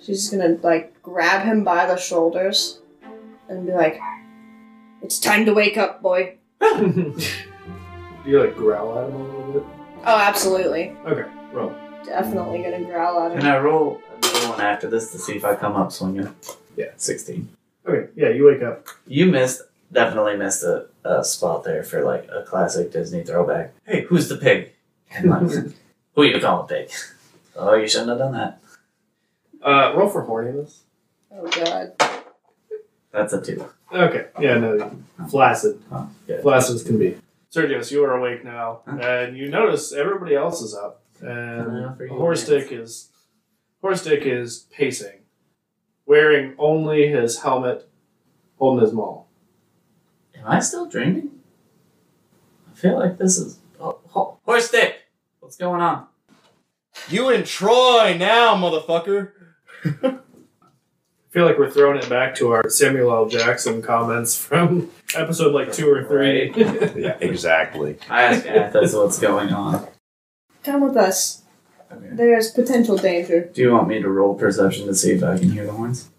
She's just gonna like grab him by the shoulders and be like, "It's time to wake up, boy."
Do you like growl at him a little bit?
Oh, absolutely,
Okay, roll.
definitely gonna growl at
Can
him.
I roll another one after this to see if I come up swinging?
Yeah.
16.
Okay, yeah, you wake up.
You missed. definitely missed a, a spot there for like a classic Disney throwback. Hey, who's the pig? Headlines. Who you calling pig? Oh, you shouldn't have done that.
Uh, roll for horniness.
Oh god.
That's a two.
Okay. Yeah, no. Flaccid. Flaccid can be. Sergius, you are awake now, and you notice everybody else is up, and Horstick is Horstick is pacing, wearing only his helmet, holding his maul.
Am I still dreaming? I feel like this is oh, ho- horse dick. What's going on?
You and Troy now, motherfucker.
I feel like we're throwing it back to our Samuel L. Jackson comments from episode like two or three.
yeah, exactly.
I ask Athos what's going on.
Come with us. There's potential danger.
Do you want me to roll perception to see if I can hear the horns?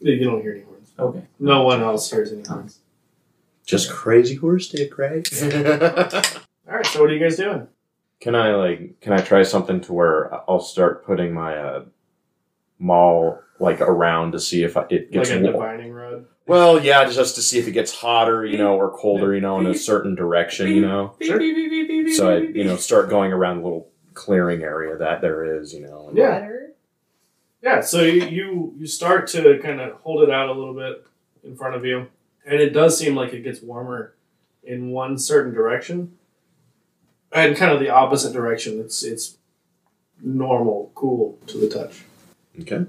You don't hear any horns.
Okay.
No one else hears any horns.
Just crazy horse dick, right?
All right. So what are you guys doing?
Can I like? Can I try something to where I'll start putting my uh, maul like around to see if I, it
Like
gets
a
wa-
divining rod.
well, yeah, just to see if it gets hotter, you know, or colder, you know, in a certain direction, you know.
Sure.
So I, you know, start going around the little clearing area that there is, you know. and-
Yeah. Yeah. So you, you you start to kind of hold it out a little bit in front of you, and it does seem like it gets warmer in one certain direction, and kind of the opposite direction. It's it's normal, cool to the touch.
Okay.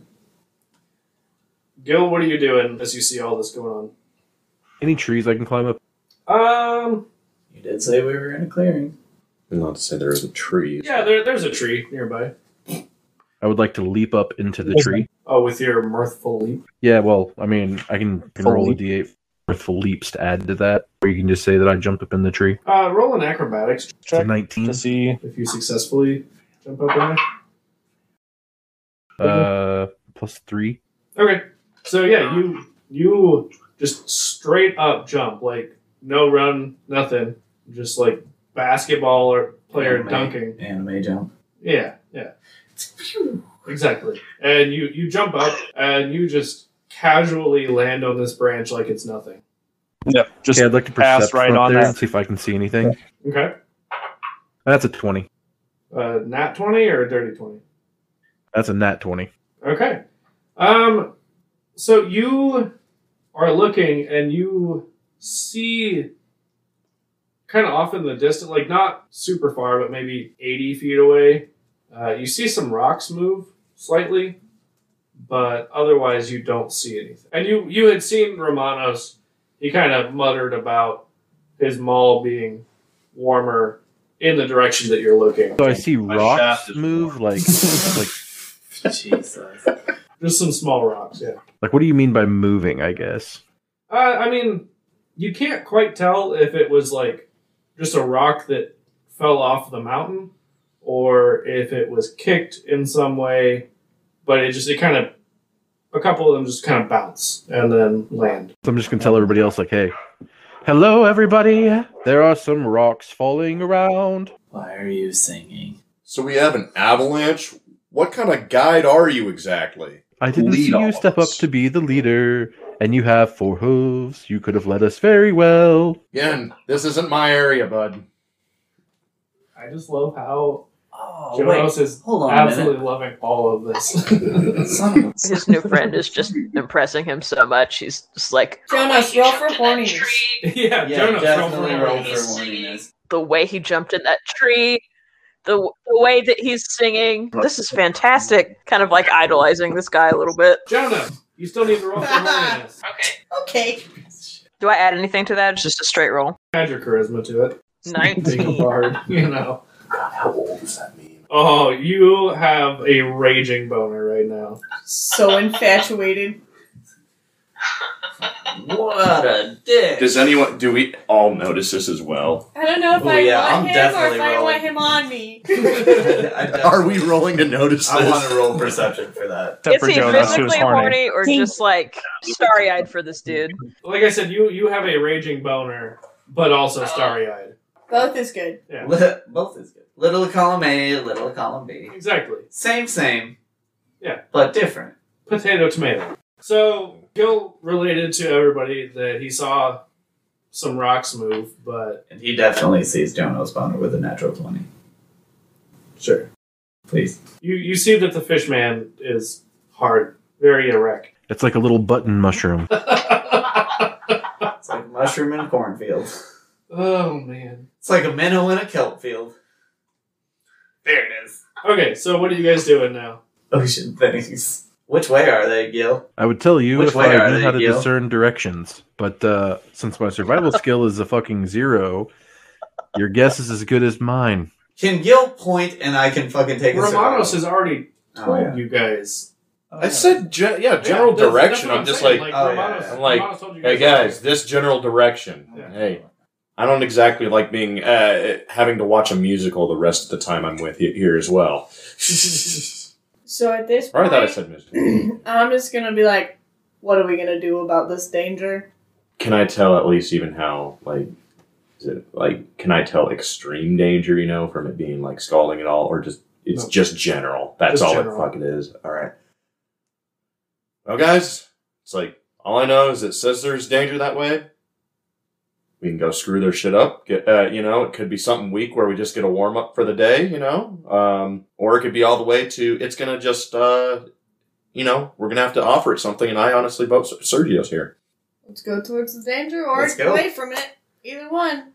Gil, what are you doing as you see all this going
Any trees I can climb up?
on? Um.
You did say we were in a clearing.
Not to say there isn't trees.
Yeah. There, there's a tree nearby.
I would like to leap up into the tree.
Oh, with your mirthful leap.
Yeah, well, I mean, I can, can
Full
roll a
leap.
d8 worth of leaps to add to that, or you can just say that I jumped up in the tree.
Uh, roll an acrobatics
It's a 19.
see if you successfully jump up in there.
Uh, plus three.
Okay. So yeah, you you just straight up jump, like no run, nothing. Just like basketball or player
Anime-
dunking.
Anime jump.
Yeah, yeah. Exactly. And you you jump up and you just casually land on this branch like it's nothing.
Yep. Just okay, I'd like to
pass
percept
right
front
on
there
that.
and see if I can see anything.
Okay.
That's a 20.
Uh nat twenty or a dirty twenty?
That's a nat 20.
Okay. Um so you are looking and you see kind of off in the distance, like not super far, but maybe 80 feet away. Uh, you see some rocks move slightly, but otherwise you don't see anything. And you you had seen Romanos. He kind of muttered about his maul being warmer in the direction that you're looking.
So I see rocks move, like, like,
Jesus.
Just some small rocks, yeah.
like, what do you mean by moving, I guess?
Uh, I mean, you can't quite tell if it was like just a rock that fell off the mountain or if it was kicked in some way, but it just, it kind of, a couple of them just kind of bounce and then land.
So I'm just going to tell everybody else, like, hey, hello, everybody. There are some rocks falling around.
Why are you singing?
So we have an avalanche. What kind of guide are you exactly?
I didn't
Lead
see
all
you
of
step up to be the leader, and you have four hooves. You could have led us very well.
Again, this isn't my area, bud.
I just love how
oh,
Jonas is
hold on a
absolutely loving all of this.
His new friend is just impressing him so much. He's just like "Oh,
Jonas, roll for horniness.
yeah,
Yeah,
Jonas, roll for
definitely
it.
roll for horniness.
the way he jumped in that tree, the the way that he's singing. This is fantastic. Kind of like idolizing this guy a little bit.
Jonah, you still need to roll for horniness.
Okay.
Do I add anything to that? It's just a straight roll.
Add your charisma to it. Being
19.
hard, you know.
God, how old is that man?
Oh, you have a raging boner right now.
So infatuated.
What a dick.
Does anyone? Do we all notice this as well?
I don't know if
Oh,
I
yeah,
want
I'm
him or
definitely
if I
rolling.
want him on me.
Are we rolling to notice
I
this?
want to roll perception for that.
Is he physically horny or just like starry eyed for this dude?
Like I said, you you have a raging boner, but also starry eyed.
Both is good.
Yeah,
Li- Both is good. Little column A, little column B.
exactly.
Same, same,
Yeah,
but different.
potato tomato. So Gil related to everybody that he saw some rocks move, but
and he definitely sees John Osbonner with a natural 20.
Sure.
Please.
You you see that the fish man is hard, very erect.
It's like a little button mushroom.
It's like mushroom in a cornfield.
Oh man.
It's like a minnow in a kelp field. There it is.
Okay, so what are you guys doing now?
Ocean things. Which way are they, Gil?
I would tell you
Which
if
way
I
are
knew
they,
how to
Gil?
discern directions, but uh, since my survival skill is a fucking zero, your guess is as good as mine.
Can Gil point and I can fucking take a
Romanos
survival?
has already
Oh,
told
yeah.
you guys.
I said, ge- yeah, general
that's- that's
direction.
what
I'm just
saying,
like,
Oh,
like,
yeah.
Romanos-
I'm like,
Romanos told you
hey
guys
guys, this general direction. Hey, I don't exactly like being uh, having to watch a musical the rest of the time I'm with you here as well.
So at this
or I
point,
thought I said musical.
I'm just gonna be like, what are we gonna do about this danger?
can I tell at least even how like is it like can I tell extreme danger? You know, from it being like scalding at all, or just it's
No.
just general. That's
Just
all
general.
it fucking is. All right. Well, guys, it's like all I know is it says there's danger that way. We can go screw their shit up. Get, uh, you know, it could be something weak where we just get a warm up for the day. You know, um, or it could be all the way to it's gonna just uh, you know we're gonna have to offer it something. And I honestly vote Ser- Sergio's here.
Let's go towards the danger or
Let's go.
away from it. Either one.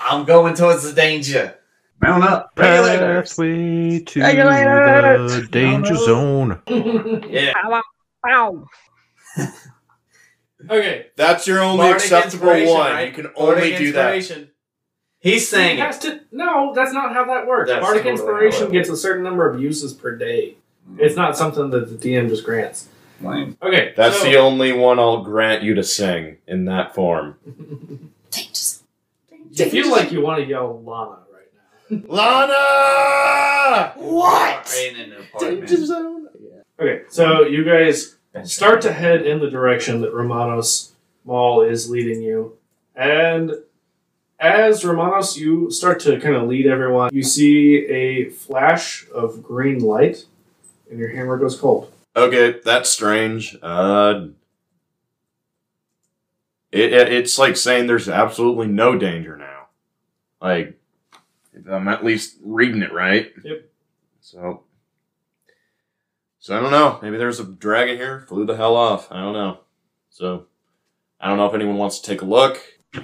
I'm going towards the danger. Mount up. Regulators.
Pathway to
Regulators.
the danger zone.
Yeah.
Okay.
That's your only
Bardic
acceptable
inspiration,
one.
right?
You can only
Bardic
do that.
inspiration. He's saying
He
it.
has to- no, that's not how that works.
That's
Bardic
totally how
Inspiration
it Mm-hmm.
gets a certain number of uses per day. It's not something that the DM just grants. Okay,
That's
so-
the only one I'll grant you to sing in that form.
You feel like you want to yell Lana right
Lana!
What? In an apartment.
zone.
now. Okay, so you guys start to head in the direction that Romanos Mall is leading you. And as Romanos, you start to kind of lead everyone, you see a flash of green light, and your hammer goes cold.
Okay, that's strange. Uh, it, it- it's like saying there's absolutely no danger now. Like, if I'm at least reading it right.
Yep.
So, so I don't know. Maybe there's a dragon here, flew the hell off. I don't know. So, I don't know if anyone wants to take a look.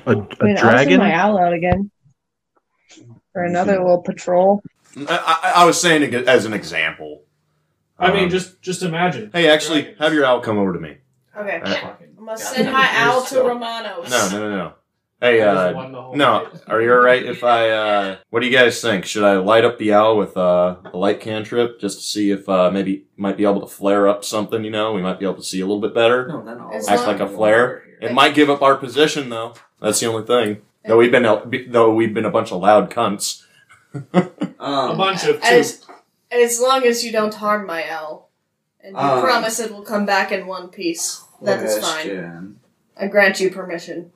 A, a dragon?
my owl out again for another little patrol.
I, I, I was saying it as an example.
I mean,
Um,
just just imagine.
hey, actually, have your owl come over to me.
Okay.
Alright.
I'm gonna send my owl to Romanos.
No, no, no, no. Hey,
I just
uh,
won the whole
no, are you all right if I? uh What do you guys think? Should I light up the owl with uh, a light cantrip just to see if uh maybe might be able to flare up something? You know, we might be able to see a little bit better.
No, then all
As
Act
long-
like a flare. It might give up our position though. That's the only thing. Though we've been a- though we've been a bunch of loud cunts.
A
Um,
bunch of two.
As, as long as you don't harm my owl. And you
Um,
promise it will come back in one piece. That is fine.
question.
I grant you permission.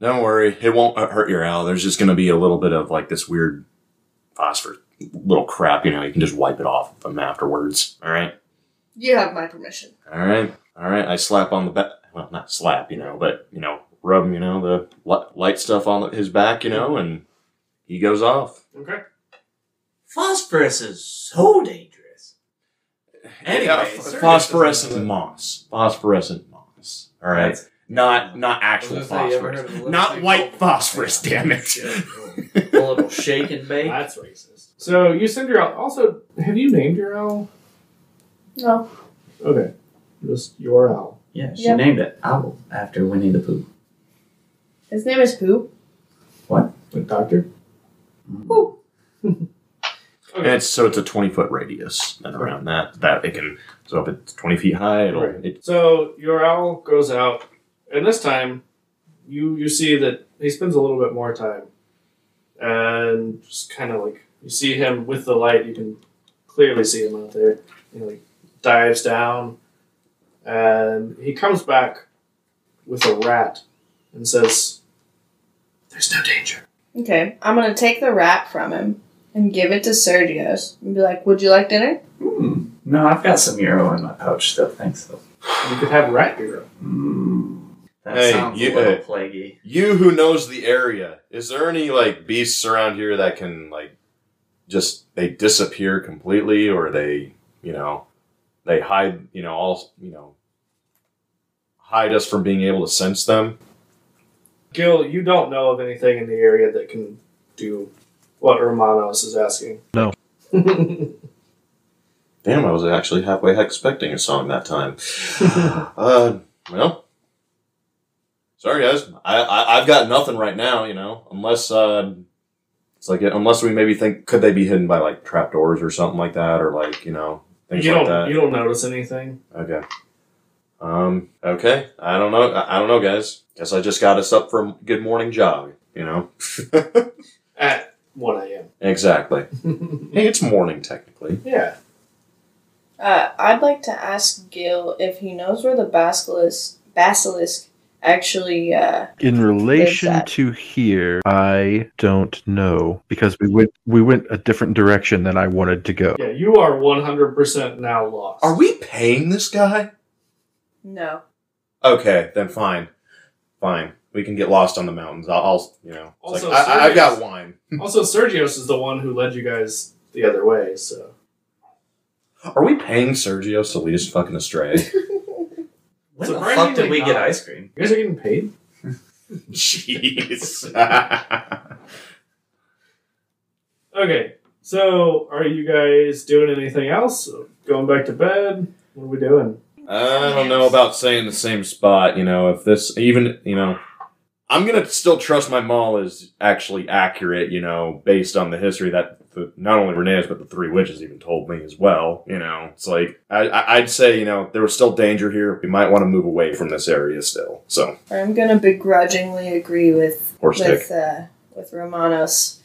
Don't worry, it won't uh, hurt your owl. There's just going to be a little bit of like this weird phosphor little crap. You know, you can just wipe it off of them afterwards. All right,
You have my permission.
all right, all right. I slap on the back. Well, not slap, you know, but you know, rub, you know, the li- light stuff on the- his back, you know, and he goes off.
Okay.
Phosphorus is so dangerous. Anyway,
Yeah,
Sergius is-
phosphorescent moss. Phosphorescent moss. All right.
That's-
Not not actual
was gonna say, you ever heard
phosphorus.
of a
Not
lipstick
white
called-
phosphorus, damn it.
A little shake and bake.
That's racist. So you send your owl. Also, have you named your owl?
No.
Okay. Just your owl.
Yeah, she
Yep.
named it Owl after Winnie the Pooh.
His name is Pooh.
What?
The doctor?
Pooh.
And it's so it's a twenty foot radius, and around that that it can. So if it's twenty feet high, it'll.
Right.
It,
So your owl goes out, and this time you you see that he spends a little bit more time, and just kind of like you see him with the light. You can clearly see him out there. He like dives down, and he comes back with a rat, and says, "There's no danger."
Okay. I'm gonna take the rat from him and give it to Sergio's and be like, Would you like dinner?
Hmm. No, I've got some Euro in my pouch still. Thanks, though.
You could have Rat Bureau.
Hmm. That
hey,
sounds
you,
a little
uh,
plaguey.
you who knows the area, is there any like beasts around here that can like just they disappear completely, or they you know they hide you know all you know hide us from being able to sense them?
Gil, you don't know of anything in the area that can do what Romanos is asking.
No.
Damn, I was actually halfway expecting a song that time. uh, well, sorry guys, I, I I've got nothing right now. You know, unless uh, it's like unless we maybe think could they be hidden by like trapdoors or something like that, or like you know things
you
like
don't
that.
you don't notice anything.
Okay. Um. Okay. I don't know. I I don't know, guys. Guess I just got us up for a good morning jog. You know.
At one AM.
Exactly. hey, it's morning technically.
Yeah.
Uh, I'd like to ask Gil if he knows where the basilisk basilisk actually. Uh,
In relation
that?
to here, I don't know because we went we went a different direction than I wanted to go.
Yeah, you are one hundred percent now lost.
Are we paying this guy?
no.
Okay, then fine, fine. We can get lost on the mountains. I'll, I'll you know. it's
Also,
like, I, I've got
Sergius-
wine.
also, Sergios is the one who led you guys the other way, so
Are we paying Sergio to lead us fucking astray?
When the
Surprisingly
fuck did we get
not.
ice cream?
You guys are getting paid?
Jeez.
Okay. So are you guys doing anything else? Going back to bed? What are we doing?
I don't know about saying the same spot, you know, if this even, you know, I'm going to still trust my mall is actually accurate, you know, based on the history that the, not only Renee's, but the three witches even told me as well, you know. It's like, I, I, I'd say, you know, there was still danger here. We might want to move away from this area still. So,
I'm gonna begrudgingly agree with
Horse
with uh, with Romanos,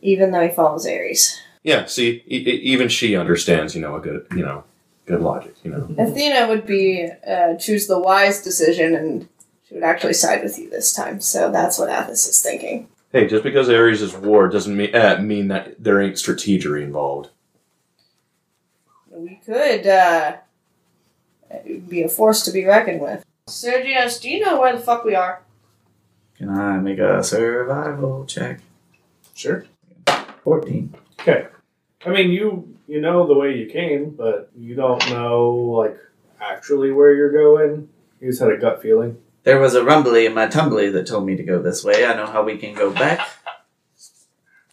even though he follows Ares.
yeah, see, e- e- even she understands, you know, a good, you know, good logic, you
Mm-hmm.
know.
Athena would be uh, choose the wise decision, and she would actually side with you this time. So that's what Athos is thinking.
Hey, just because Ares is war doesn't mean, uh, mean that there ain't strategery involved.
We could uh, be a force to be reckoned with.
Sergius, do you know where the fuck we are?
Can I make a survival check?
Sure.
14.
Okay. I mean you you know the way you came, but you don't know like actually where you're going. You just had a gut feeling.
There was a rumbly in my tumbly that told me to go this way. I know how we can go back.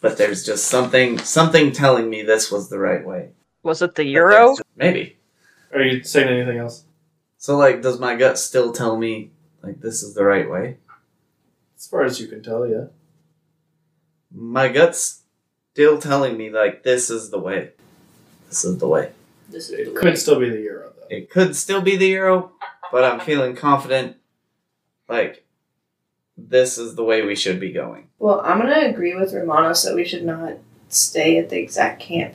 But there's just something something telling me this was the right way.
Was it the Euro?
Maybe.
Are you saying anything else?
So like does my gut still tell me like this is the right way?
As far as you can tell, yeah.
My gut's still telling me like this is the way. This is the way.
This is
It could still be the Euro though.
It could still be the Euro, but I'm feeling confident like this is the way we should be going.
Well, I'm gonna agree with Romanos that we should not stay at the exact camp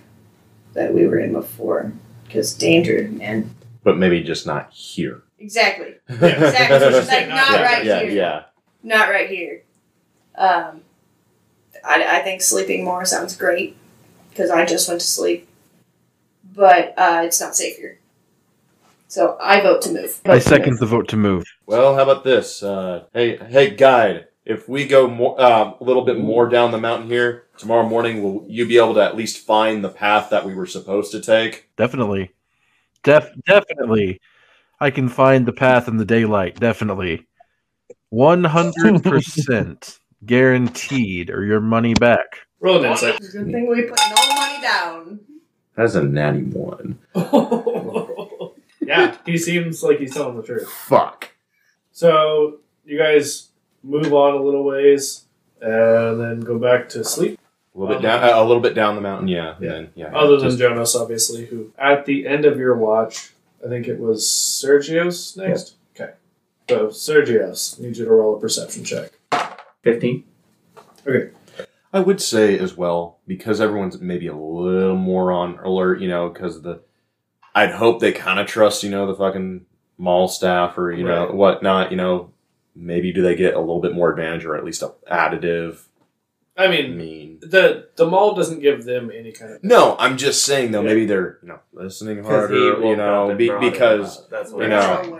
that we were in before, because danger, man.
But maybe just not here.
Exactly. Exactly. like, not
yeah,
right
yeah,
here.
yeah.
Not right here. Um, I, I think sleeping more sounds great because I just went to sleep, but uh, it's not safe here. So I vote to move.
I second the vote to move.
Well, how about this? Uh, hey, hey, guide. If we go more, uh, a little bit more down the mountain here tomorrow morning, will you be able to at least find the path that we were supposed to take?
Definitely. Def definitely. I can find the path in the daylight, definitely. One hundred percent guaranteed or your money back.
Roll an insight.
Good thing we put no money down.
That's a natty one.
yeah, he seems like he's telling the truth.
Fuck.
So you guys move on a little ways and then go back to sleep.
A little bit down, uh, a little bit down the mountain.
Yeah.
Yeah. Yeah. Then, yeah
Other than
just-
Jonas, obviously, who at the end of your watch, I think it was Sergio's next. Okay, so Sergio's need you to roll a perception check.
Fifteen.
Okay,
I would say as well because everyone's maybe a little more on alert, you know, because the. I'd hope they kind of trust, you know, the fucking mall staff or you know
Right.
whatnot, you know. Maybe do they get a little bit more advantage or at least a additive
I mean, the the mall doesn't give them any kind of.
No, I'm just saying though. Maybe they're you know listening
'Cause he
harder, you
woke up
know,
and
be,
brought it
because
up. That's what
you
it
know,
is.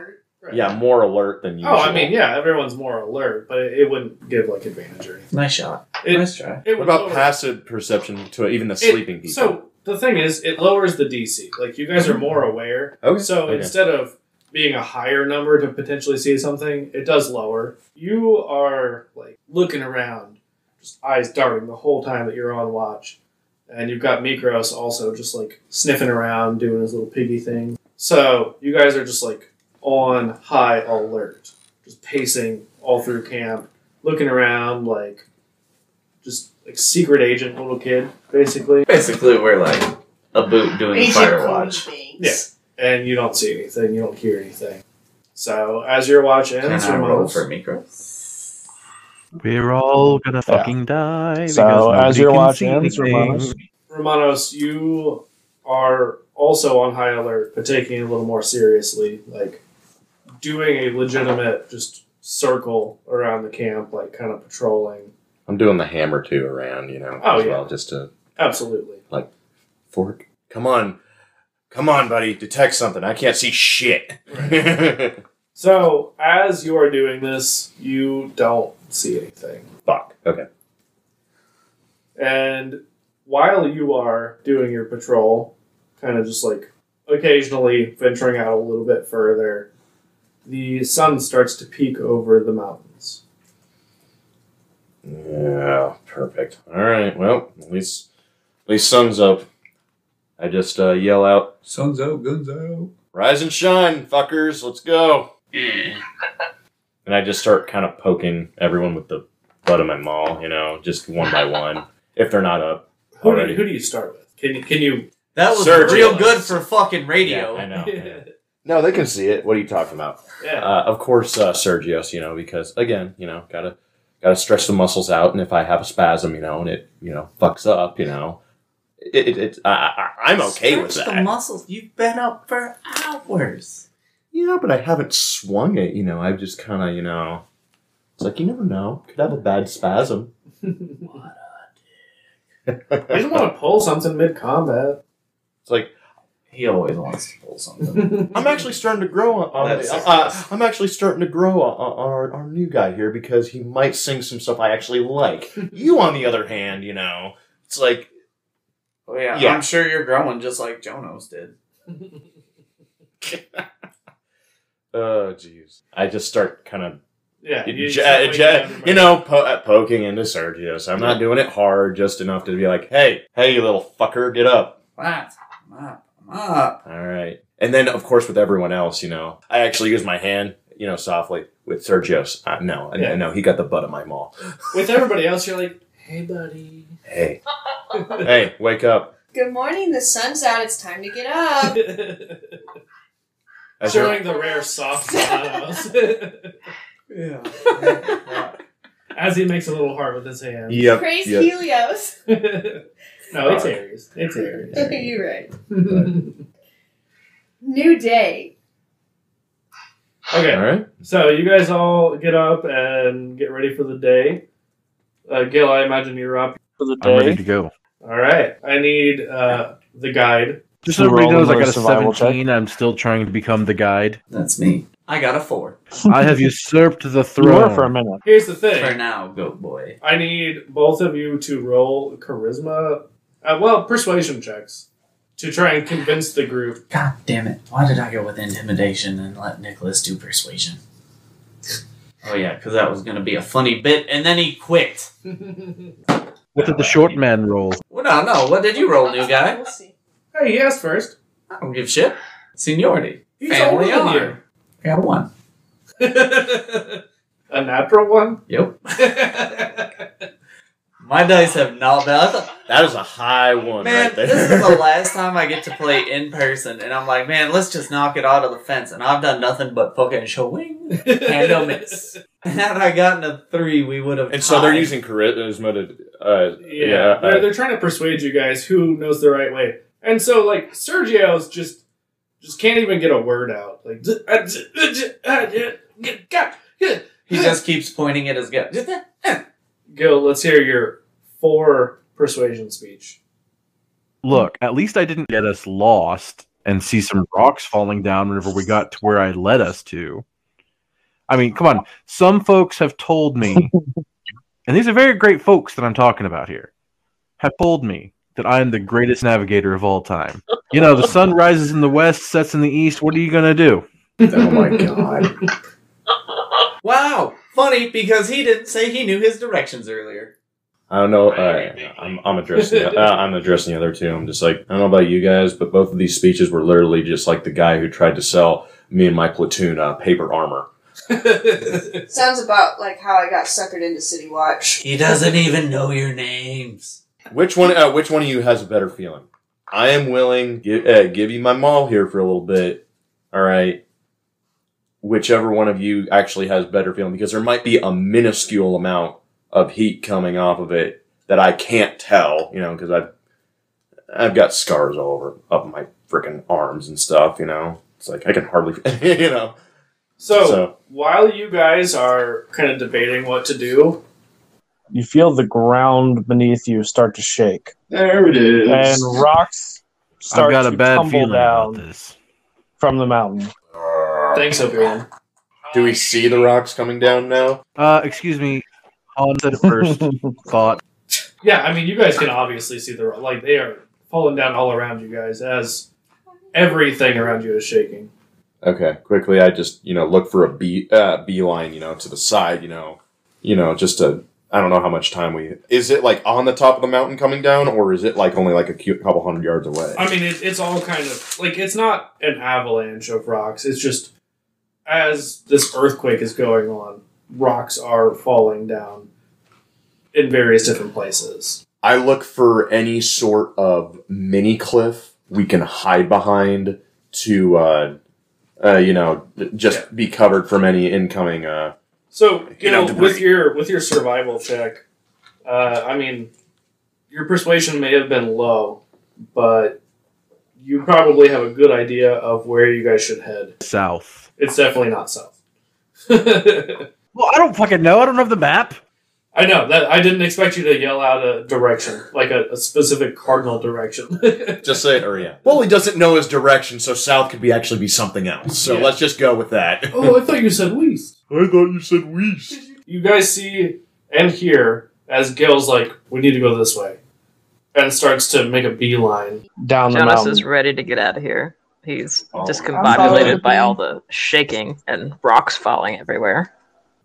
Right.
yeah, more alert than usual.
Oh, I mean, yeah, everyone's more alert, but it, it wouldn't give like advantage or anything.
Nice shot.
It-
nice try.
it
what
would
about
lower-
passive perception to even the
It-
sleeping people?
So the thing is, it lowers the DC. Like you guys
Mhm.
are more aware.
Okay.
So
Okay.
instead of being a higher number to potentially see something, it does lower. You are like looking around, just eyes darting the whole time that you're on watch, and you've got Mikros also just like sniffing around, doing his little piggy thing. So you guys are just like on high alert, just pacing all through camp, looking around, like just like secret agent little kid, basically.
Basically, we're like a boot doing
Agent
fire
Cool
watch.
Yeah, and you don't see anything, you don't hear anything. So as your watch
Can
ends,
I
your
roll
mom's-
for micro?
We're all gonna
Yeah.
fucking die.
So,
because
as you're
nobody can
watching,
see
it's
anything.
Romanos. Romanos, you are also on high alert, but taking it a little more seriously, like doing a legitimate just circle around the camp, like kind of patrolling.
I'm doing the hammer too around, you know,
Oh,
as
yeah.
well, just to
Absolutely.
like fork. Come on, come on, buddy, detect something. I can't see shit.
So as you are doing this, you don't see anything.
Fuck. Okay.
And while you are doing your patrol, kind of just like occasionally venturing out a little bit further, the sun starts to peek over the mountains.
Yeah, perfect. All right. Well, at least at least sun's up. I just uh, yell out, "Sun's out, guns out! Rise and shine, fuckers! Let's go!" and I just start kind of poking everyone with the butt of my maul, you know, just one by one, if they're not up
Who do,
already.
you, who do you start with? Can you can you?
That was
Sergio.
real good for fucking radio.
Yeah, I know. No, they can see it. What are you talking about?
Yeah.
Uh, of course, uh, Sergio's. You know, because again, you know, gotta gotta stretch the muscles out, and if I have a spasm, you know, and it you know fucks up, you know, it, it, it I, I, I'm okay with
Stretch
that.
the muscles. You've been up for hours.
Yeah, but I haven't swung it. You know, I've just kind of you know, it's like you never know. Could have a bad spasm.
He doesn't want to pull something mid combat.
It's like
he always wants to pull something.
I'm actually starting to grow on.
That's-
Uh, I'm actually starting to grow on, on our, our new guy here because he might sing some stuff I actually like. you, on the other hand, you know, it's like
Oh yeah,
Yeah.
I'm sure you're growing just like Jonos did.
Oh, jeez. I just start kind of.
Yeah, you
You, uh,
start waking everybody.
you know, po- uh, poking into Sergio. So I'm not doing it hard, just enough to be like, hey, hey, you little fucker, get up.
What? I'm up. I'm up.
All right. And then, of course, with everyone else, you know, I actually use my hand, you know, softly. With Sergio's, uh, no, I-
Yeah.
I know he got the butt of my maul.
With everybody else, you're like, hey buddy,
Hey, hey, wake up.
Good morning, the sun's out, it's time to get up.
As you're-
showing the rare soft Romanos.
yeah.
As he makes a little heart with his hand.
Yep.
Praise
yep.
Helios.
No, it's
Fuck.
Aries. It's Aries.
You're right. New day.
Okay.
All right.
So you guys all get up and get ready for the day. Uh, Gil, I imagine you're up for the
I'm ready to go.
All right. I need uh, the guide.
Just so everybody knows, I got a 17. I'm still trying to become the guide.
That's me. I got a four.
I have usurped the throne.
minute.
Here's the thing.
For now, goat boy.
I need both of you to roll charisma, uh, well, persuasion checks to try and convince the group.
God damn it! Why did I go with intimidation and let Nicholas do persuasion? Oh yeah, because that was gonna be a funny bit, and then he quit.
What did the short man roll?
Well, no, no. What did you roll, new guy?
Hey, he asked first.
I don't give a shit. Seniority.
He's older than
honor.
you.
I got a one.
A natural one?
Yep. My dice have not been. I thought,
That is a high one
man,
right there.
this is the last time I get to play in person, and I'm like, man, let's just knock it out of the fence. And I've done nothing but fucking showing and a miss. Had I gotten a three, we would have.
and so they're using charisma to, uh,
Yeah.
yeah,
they're,
uh,
they're trying to persuade you guys who knows the right way. And so, like, Sergio's just just can't even get a word out. Like, uh,
He just keeps pointing at his gut.
Gil, let's hear your for persuasion speech.
Look, at least I didn't get us lost and see some rocks falling down whenever we got to where I led us to. I mean, come on. Some folks have told me, and these are very great folks that I'm talking about here, have told me that I am the greatest navigator of all time. You know, the sun rises in the west, sets in the east. What are you going to do?
Oh my god.
Wow, funny because he didn't say he knew his directions earlier.
I don't know. Uh, I'm, I'm addressing the, uh, I'm addressing the other two. I'm just like I don't know about you guys, but both of these speeches were literally just like the guy who tried to sell me and my platoon uh, paper armor.
Sounds about like how I got suckered into City Watch.
He doesn't even know your names.
Which one? Uh, which one of you has a better feeling? I am willing. Give, uh, give you my mall here for a little bit. All right. Whichever one of you actually has better feeling, because there might be a minuscule amount of heat coming off of it that I can't tell. You know, because I've I've got scars all over up my freaking arms and stuff. You know, it's like I can hardly. you know.
So,
So-
while you guys are kind of debating what to do,
You feel the ground beneath you start to shake.
There it is.
And rocks start
I've got a
to
bad
tumble
feeling
down
about this.
from the mountain.
thanks everyone.
Do we see the rocks coming down now?
Uh, excuse me. On said it first thought.
yeah, I mean, you guys can obviously see the like they are falling down all around you guys as everything around you is shaking.
Okay, quickly. I just you know look for a bee uh, beeline. You know, to the side. You know, you know, just to. I don't know how much time we. Is it like on the top of the mountain coming down, or is it like only like a cu- couple hundred yards away?
I mean, it, it's all kind of like it's not an avalanche of rocks. It's just as this earthquake is going on, rocks are falling down in various different places.
I look for any sort of mini cliff we can hide behind to, uh, uh, you know, just be covered from any incoming. Uh,
So you
You
know,
know,
with your with your survival check, uh, I mean, your persuasion may have been low, but you probably have a good idea of where you guys should head.
South.
It's definitely not south.
Well, I don't fucking know. I don't have the map.
I know that I didn't expect you to yell out a direction, like a, a specific cardinal direction.
just say, or yeah. Well, he doesn't know his direction, so south could be actually be something else. So
Yeah.
let's just go with that.
oh, I thought you said west.
I thought you said west.
You guys see and hear as Gail's like, "We need to go this way," and starts to make a beeline
Down the
Jonas
mountain.
is ready to get out of here. He's
Oh.
discombobulated by all the shaking and rocks falling everywhere.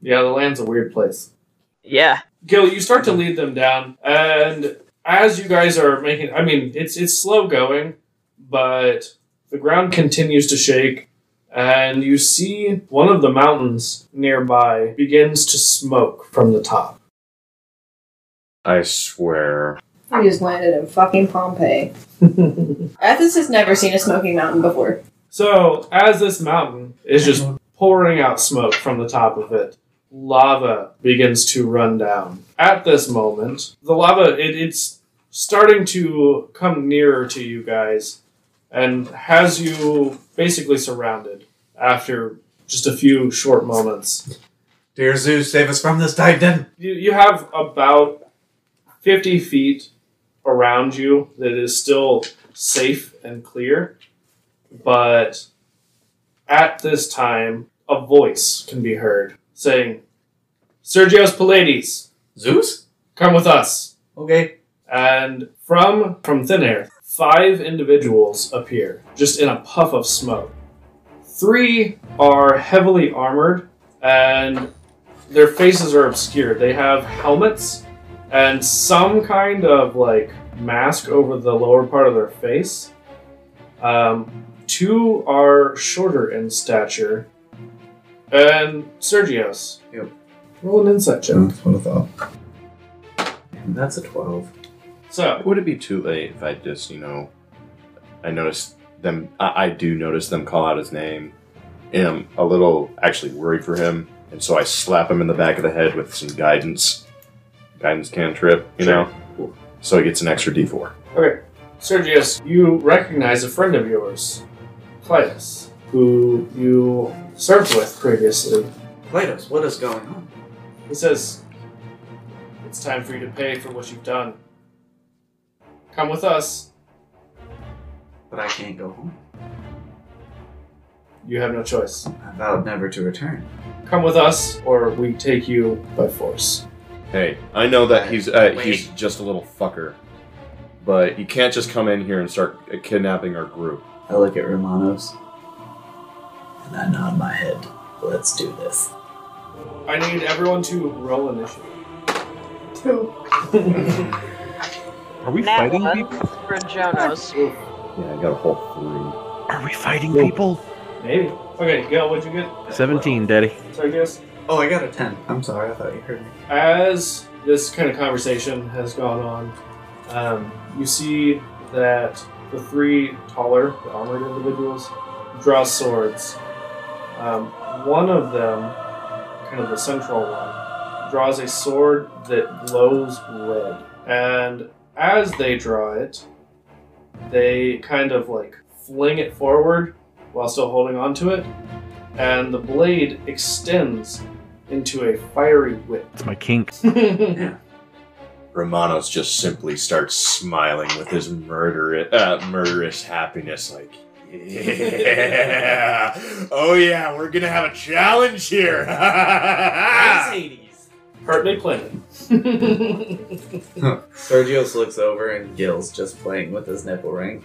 Yeah, the land's a weird place.
Yeah.
Gil, you start to lead them down, and as you guys are making, I mean, it's it's slow going, but the ground continues to shake, and you see one of the mountains nearby begins to smoke from the top.
I swear.
We just landed in fucking Pompeii. Athens has never seen a smoking mountain before.
So as this mountain is just pouring out smoke from the top of it, lava begins to run down. At this moment, the lava it, it's starting to come nearer to you guys and has you basically surrounded after just a few short moments.
Dear Zeus, save us from this titan.
You, you have about 50 feet around you that is still safe and clear, but at this time, a voice can be heard saying, Sergios Pallades,
Zeus?
come with us.
Okay.
And from, from thin air, five individuals appear, just in a puff of smoke. Three are heavily armored, and their faces are obscured. They have helmets and some kind of like mask over the lower part of their face. Um, two are shorter in stature, and Sergios.
Yep. Hmm.
Roll an insight check.
That's a 12.
So,
Would it be too late if I just, you know, I noticed them, I, I do notice them call out his name, and I'm a little actually worried for him, and so I slap him in the back of the head with some guidance, guidance cantrip, you know? So he gets an extra d4.
okay, Sergius, you recognize a friend of yours, Clytus, who you served with previously.
Claytos, what is going on?
He says, It's time for you to pay for what you've done. Come with us.
But I can't go home.
You have no choice.
I vowed never to return.
Come with us, or we take you by force.
Hey, I know that he's uh,
Wait.
he's just a little fucker, but you can't just come in here and start uh, kidnapping our group.
I look at Romanos and I nod my head. Let's do this.
I need everyone to roll initiative.
Two.
Are we
Nat
fighting
one
people?
For Jonas.
Yeah, I got a whole three.
Are we fighting people?
Maybe. Okay, Gail, what'd you get?
17, Daddy.
So I guess
Oh, I got a 10. I'm sorry, I thought you heard me.
as this kind of conversation has gone on, um, you see that the three taller, the armored individuals, draw swords. Um, one of them, kind of the central one, draws a sword that glows red. And as they draw it, they kind of like fling it forward while still holding onto it, and the blade extends into a fiery whip.
It's my kink.
Romanos just simply starts smiling with his murder uh, murderous happiness, like yeah, oh yeah, we're gonna have a challenge here. Ah!
Partly planet.
Sergio's looks over and Gil's just playing with his nipple ring.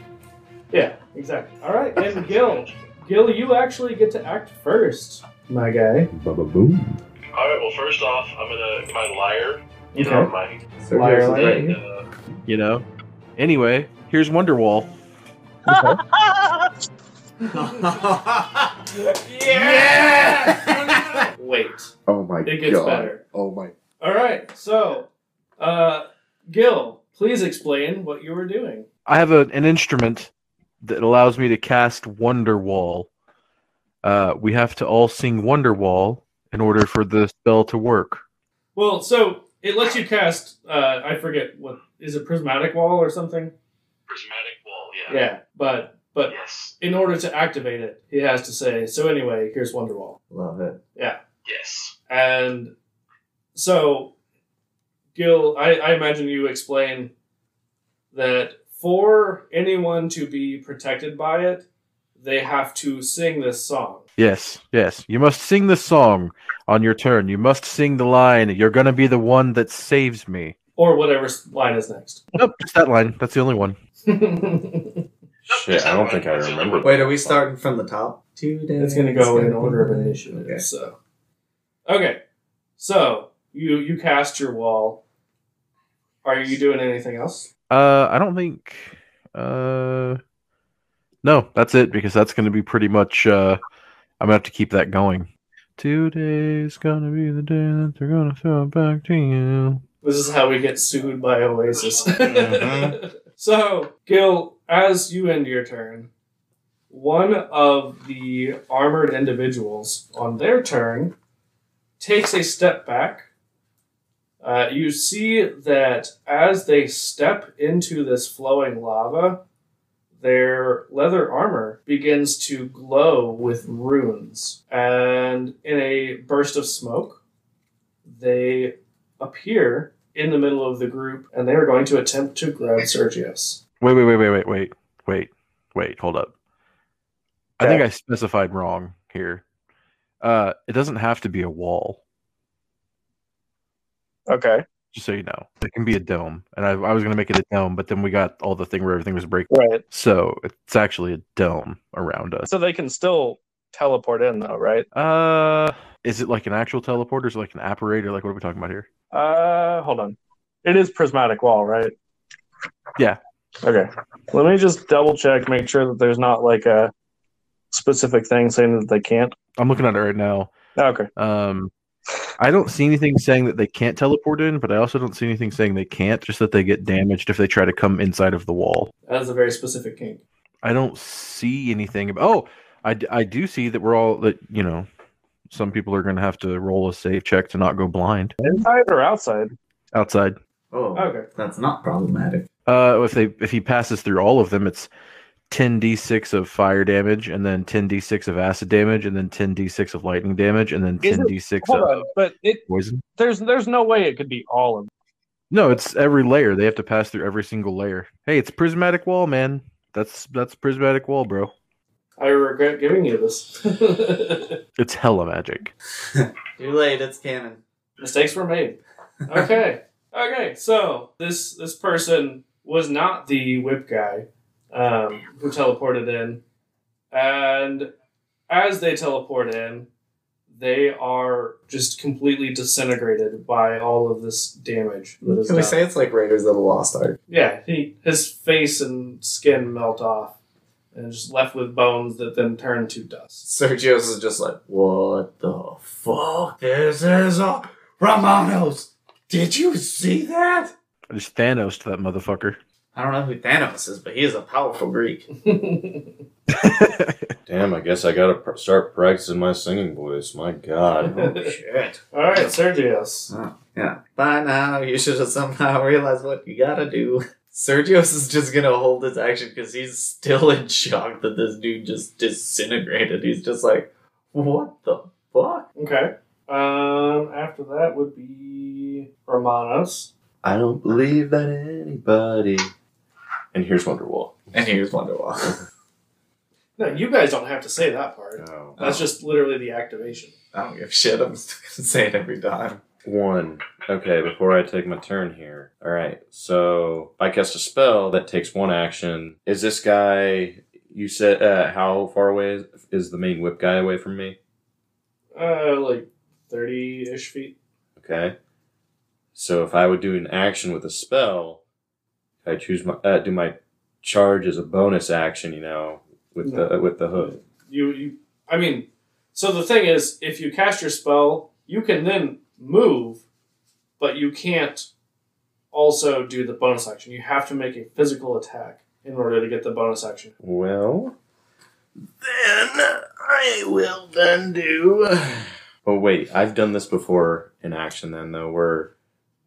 Yeah, exactly. All right, and Gil, Gil, you actually get to act first. My guy.
Baba boom.
All right. Well, first off, I'm gonna my liar. You
Okay.
know my.
Liar,
Uh,
liar.
You know? Anyway, here's Wonderwall.
yeah! Wait.
Oh my
It gets God. better.
Oh my.
All right, so, uh, Gil, please explain what you were doing.
I have a, an instrument that allows me to cast Wonderwall. Uh, we have to all sing Wonderwall in order for the spell to work.
Well, so it lets you cast. Uh, I forget what is a prismatic wall or something.
prismatic wall. Yeah.
Yeah, but but
Yes.
in order to activate it, he has to say. So anyway, here's Wonderwall.
Love it.
Yeah.
Yes.
And so, Gil, I, I imagine you explain that for anyone to be protected by it, they have to sing this song.
Yes, yes. You must sing the song on your turn. You must sing the line, You're going to be the one that saves me.
Or whatever s- line is next.
Nope, just that line. That's the only one.
Shit, I don't think I remember.
Wait, are we starting from the top? Today.
It's going to go in order of initiative. So, okay. So you you cast your wall. Are you doing anything else?
Uh, I don't think. Uh, no, that's it because that's going to be pretty much. Uh, I'm gonna have to keep that going. Today's gonna be the day that they're gonna throw it back to you.
This is how we get sued by Oasis. so, Gil, as you end your turn, one of the armored individuals on their turn takes a step back. Uh, you see that as they step into this flowing lava, their leather armor begins to glow with runes. And in a burst of smoke, they appear in the middle of the group and they are going to attempt to grab Sergius.
Wait, wait, wait, wait, wait, wait, wait, wait. Hold up. I think I specified wrong here. Uh, it doesn't have to be a wall.
Okay.
Just so you know, it can be a dome, and I, I was gonna make it a dome, but then we got all the thing where everything was breaking.
Right.
So it's actually a dome around us.
So they can still teleport in, though, right?
Uh, is it like an actual teleport or is it like an apparator? Like, what are we talking about here?
Uh, hold on. It is prismatic wall, right?
Yeah.
Okay. Let me just double check, make sure that there's not like a specific thing saying that they can't.
I'm looking at it right now.
Okay.
Um, I don't see anything saying that they can't teleport in, but I also don't see anything saying they can't, just that they get damaged if they try to come inside of the wall.
That is a very specific kink.
I don't see anything about. Oh, I, d- I do see that we're all that you know. Some people are going to have to roll a save check to not go blind
Inside or outside?
outside.
Oh,
okay.
That's not problematic.
Uh, if they if he passes through all of them, it's 10d6 of fire damage, and then 10d6 of acid damage, and then 10d6 of lightning damage, and then
Is it-
10d6
Hold
of
on, but it
poison.
there's there's no way it could be all of.
No, it's every layer. They have to pass through every single layer. Hey, it's prismatic wall, man. That's that's prismatic wall, bro.
I regret giving you this.
It's hella magic.
Too late. It's canon.
Mistakes were made. Okay. okay. So this this person was not the whip guy um, who teleported in, and as they teleport in, they are just completely disintegrated by all of this damage. That is
Can we
done.
say it's like Raiders of the Lost Ark?
Yeah, he his face and skin melt off, and is just left with bones that then turn to dust.
Sergio's is just like, what the fuck?
This is
a- Romanos, did you see that?
I just Thanos to that motherfucker.
I don't know who Thanos is, but he is a powerful Greek.
Damn, I guess I gotta pr- start practicing my singing voice. My God.
Oh,
Shit.
All right, Sergius.
yeah.
By now, you should have somehow realized what you gotta do. Sergio's is just gonna hold his action because he's still in shock that this dude just disintegrated. He's just like, what the fuck?
Okay. Um, after that would be Romanos.
I don't believe that anybody. And here's Wonderwall.
And here's Wonderwall.
No, you guys don't have to say that part. That's
Oh.
just literally the activation.
I don't give a shit. I'm still gonna say it every time.
One. Okay, before I take my turn here. All right, so I cast a spell that takes one action. Is this guy? You said uh, how far away is, is the main whip guy away from me?
Uh, like thirty-ish feet.
Okay. So if I would do an action with a spell, I choose my uh, do my charge as a bonus action. You know, with the with the hook.
You, you. I mean, so the thing is, if you cast your spell, you can then move, but you can't also do the bonus action. You have to make a physical attack in order to get the bonus action.
Well,
Then I will then do.
oh wait, I've done this before in action. Then though, where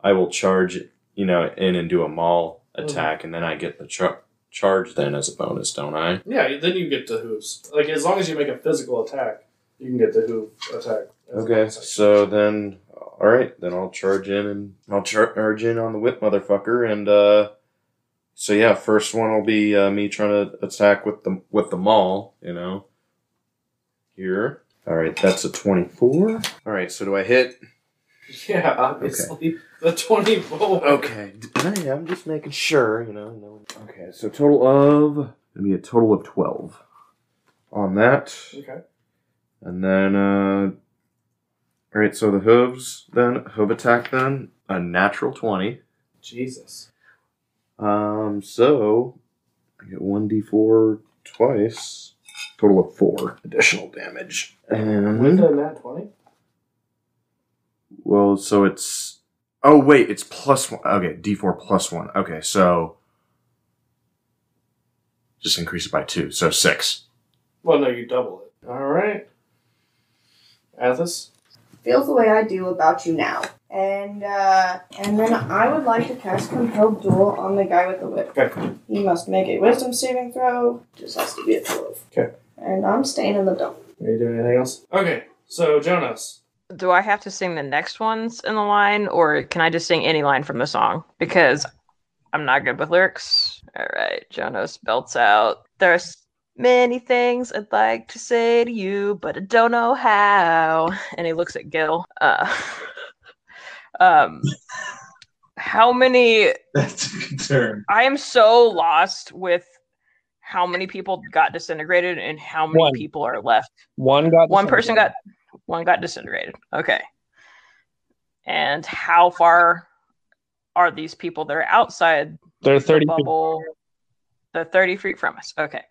I will charge, you know, in and do a maul
Oh.
attack, and then I get the char- charge then as a bonus, don't I?
Yeah, then you get the hooves. Like as long as you make a physical attack, you can get the hoof attack.
Okay, so then, all right, then I'll charge in and I'll char- charge in on the whip motherfucker, and uh, so yeah, first one will be uh, me trying to attack with the with the maul, you know. Here, all right, that's a twenty-four. All right, so do I hit?
Yeah, obviously the twenty-four.
Okay, Hey, I'm just making sure, you know. No. Okay, so total of it'll be a total of twelve on that,
Okay.
and then uh, all right, so the hooves then hoof attack then a natural twenty.
Jesus.
Um, so I get one d4 twice, total of four additional damage.
With
And
the nat twenty.
well, so it's oh wait, it's plus one. Okay, d4 plus one. Okay, so just increase it by two, so six.
Well, no, you double it. All right. Athos.
feels the way I do about you now. And uh, and then I would like to cast Compel Duel on the guy with the whip.
Okay.
He must make a Wisdom saving throw. Just has to be a twelve.
Okay.
And I'm staying in the dump.
Are you doing anything else? Okay. So Jonas.
Do I have to sing the next ones in the line, or can I just sing any line from the song? Because I'm not good with lyrics. All right, Jonas belts out. There's many things I'd like to say to you, but I don't know how. And he looks at Gil. Uh, um, how many?
That's a good turn.
I am so lost with how many people got disintegrated and how many
One.
people are left.
One got
One person got one got disintegrated. Okay. And how far are these people that are outside
They're 30
the
feet.
bubble? They're 30 feet from us. Okay.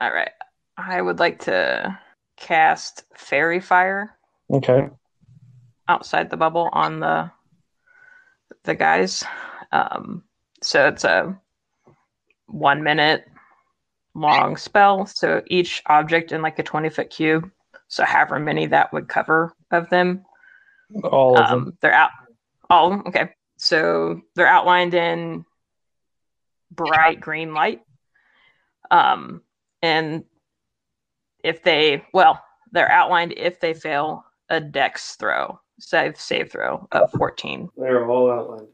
All right. I would like to cast fairy fire
Okay.
outside the bubble on the the guys. Um, so it's a one minute long spell. So each object in like a twenty foot cube, so however many that would cover of them.
All of them.
Um, They're out. All okay. So they're outlined in bright green light. Um, and if they well they're outlined if they fail a dex throw save save throw of 14
They're all outlined.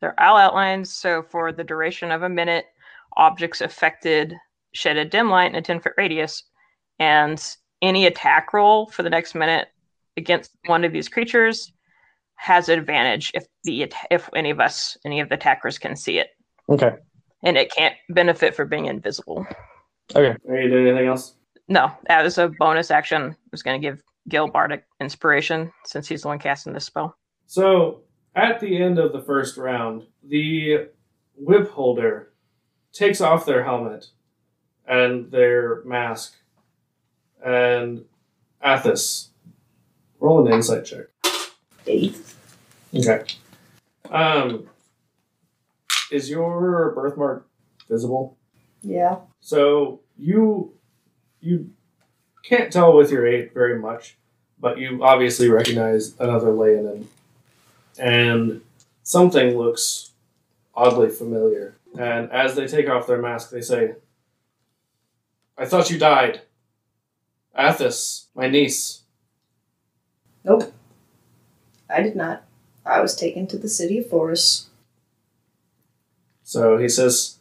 They're all outlines, so for the duration of a minute, objects affected shed a dim light in a 10 foot radius, and any attack roll for the next minute against one of these creatures has advantage if the at- if any of us, any of the attackers, can see it,
Okay.
and it can't benefit for being invisible.
Okay.
Are you doing anything else?
No, as a bonus action, I was going to give Gil Bardic inspiration since he's the one casting this spell.
So, at the end of the first round, the whip holder takes off their helmet and their mask. And Athos, roll an insight check.
Eight.
Okay. Um, is your birthmark visible?
Yeah.
So you you can't tell with your eight very much, but you obviously recognize another Leonin, and something looks oddly familiar. And as they take off their mask, they say, "I thought you died, Athos, my niece."
Nope. I did not. I was taken to the city of Forest.
So he says,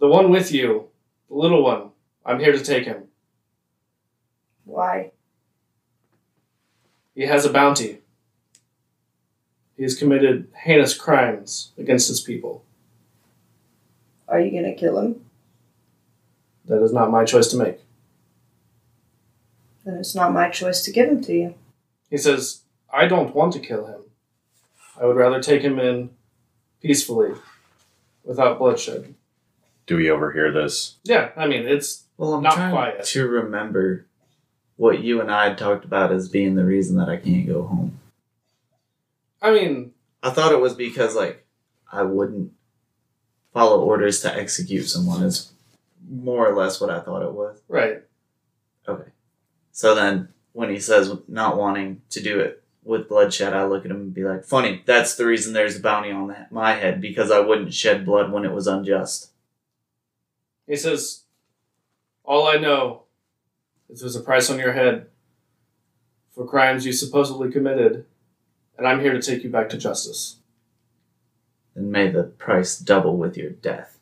"The one with you, the little one. I'm here to take him.
Why?
He has a bounty. He has committed heinous crimes against his people."
Are you gonna kill him?
That is not my choice to make.
Then it's not my choice to give him to you.
He says, I don't want to kill him. I would rather take him in peacefully, without bloodshed.
Do we overhear this?
Yeah, I mean, it's
well,
not
trying
quiet.
To remember what you and I had talked about as being the reason that I can't go home.
I mean,
I thought it was because like I wouldn't follow orders to execute someone is more or less what I thought it was.
right.
Okay. So then when he says not wanting to do it with bloodshed, I look at him and be like, funny, that's the reason there's a bounty on the, my head because I wouldn't shed blood when it was unjust.
He says, All I know is there's a price on your head for crimes you supposedly committed, and I'm here to take you back to justice.
Then may the price double with your death.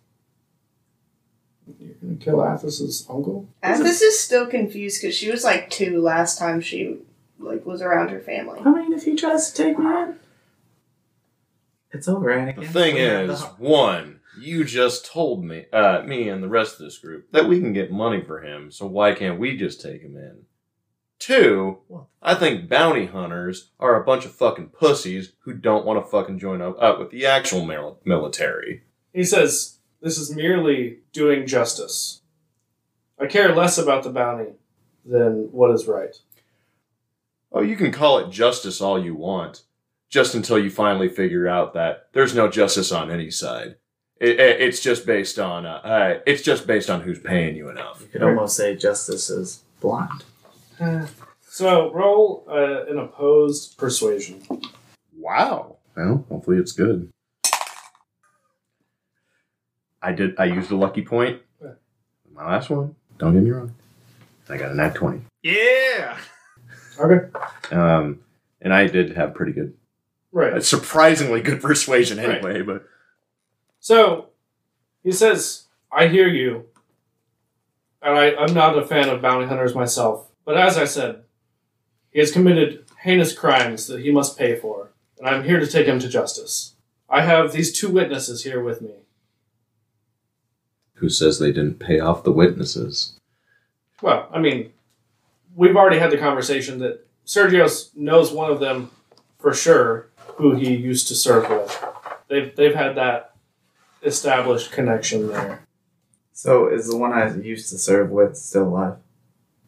You're going to kill Athos's uncle?
This is still confused because she was like two last time she like was around her family.
I mean, if he tries to take me in, It's over, Anakin.
The thing
We have
is,
the-
one, you just told me, uh, me and the rest of this group, that we can get money for him, so why can't we just take him in? Two, I think bounty hunters are a bunch of fucking pussies who don't want to fucking join up, up with the actual mil- military.
He says, This is merely doing justice. I care less about the bounty than what is right.
Oh, you can call it justice all you want, just until you finally figure out that there's no justice on any side. It, it- it's just based on uh, uh, it's just based on who's paying you enough. You
could almost say justice is blind.
So roll uh, an opposed persuasion.
Wow. Well, hopefully it's good. I did. I used a lucky point. My last one. Don't get me wrong. I got a nat twenty.
Yeah. Okay.
Um, and I did have pretty good,
Right.
surprisingly good persuasion
Right.
anyway. But
So he says, "I hear you, and I, I'm not a fan of bounty hunters myself. But as I said, he has committed heinous crimes that he must pay for, and I'm here to take him to justice. I have these two witnesses here with me.
who says they didn't pay off the witnesses?
Well, I mean, we've already had the conversation that Sergio knows one of them for sure, who he used to serve with. They've they've had that established connection there.
So is the one I used to serve with still alive?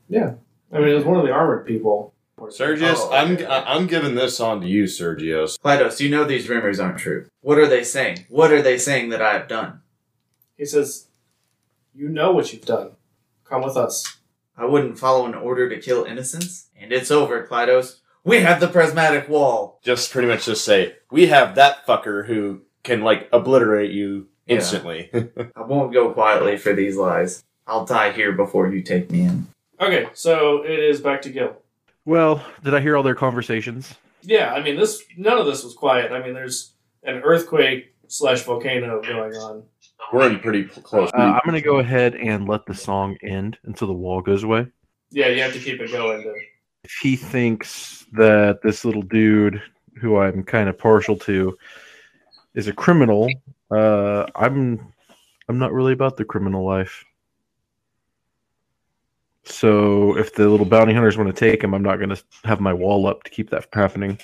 Yeah, I mean, it was one of the armored people.
Sergius, I'm I'm giving this on to you, Sergius.
Platos, you know these rumors aren't true. What are they saying? What are they saying that I have done?
He says, "You know what you've done. Come with us."
I wouldn't follow an order to kill innocents, and it's over, Platos. We have the prismatic wall.
Just pretty much just say we have that fucker who can like obliterate you
Yeah.
instantly.
I won't go quietly for these lies. I'll die here before you take me in.
Okay, so it is back to Gil.
Well, did I hear all their conversations?
Yeah, I mean, this none of this was quiet. I mean, there's an earthquake slash volcano going on.
We're in pretty p- close.
Uh, I'm going to go ahead and let the song end until the wall goes away.
Yeah, you have to keep it going. To,
If he thinks that this little dude, who I'm kind of partial to, is a criminal, uh, I'm I'm not really about the criminal life. So if the little bounty hunters want to take him, I'm not going to have my wall up to keep that from happening.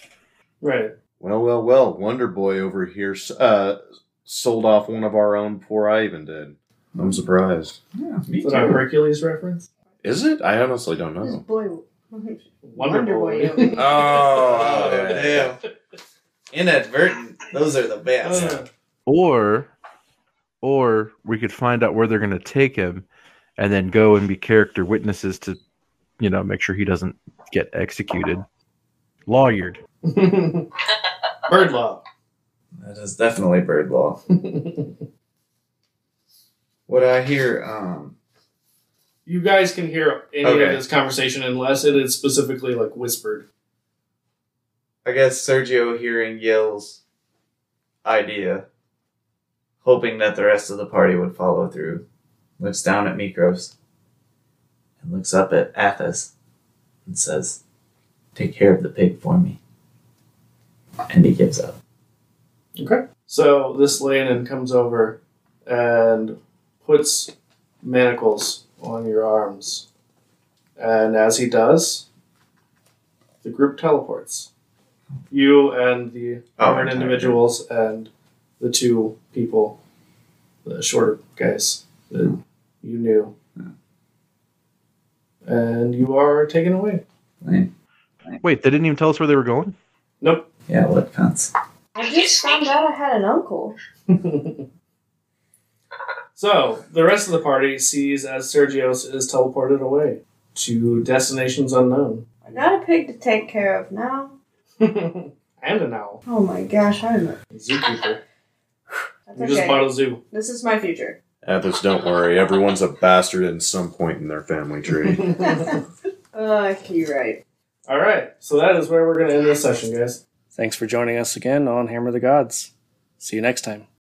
Right.
Well, well, well. Wonder Boy over here uh, sold off one of our own before I even did. I'm surprised.
yeah, is that a Hercules reference?
Is it? I honestly don't know.
Boy,
Oh. Wonder Boy.
Oh, damn. Inadvertent. Those are the best.
Or, or we could find out where they're going to take him, and then go and be character witnesses to, you know, make sure he doesn't get executed. Lawyered.
Uh. Bird law.
That is definitely bird law. what I hear, um,
You guys can hear any
Okay.
of this conversation unless it is specifically like whispered.
I guess Sergio hearing Yale's idea, hoping that the rest of the party would follow through, looks down at Mikros and looks up at Athos and says, Take care of the pig for me. And he gives up.
Okay. So this Landon comes over and puts manacles on your arms. And as he does, the group teleports. You and the
Oh,
armored
okay.
individuals and the two people, the shorter guys that you knew. And you are taken away.
Wait, they didn't even tell us where they were going.
Nope.
Yeah, what counts?
I just found out I had an uncle.
So the rest of the party sees as Sergios is teleported away to destinations unknown.
I got a pig to take care of now.
and an owl.
Oh my gosh, I'm a.
Zookeeper.
That's
We just
okay.
bought a zoo.
This is my future.
Athos, don't worry. Everyone's a bastard at some point in their family tree.
Uh, you're right.
All right, so that is where we're going to end this session, guys.
Thanks for joining us again on Hammer the Gods. See you next time.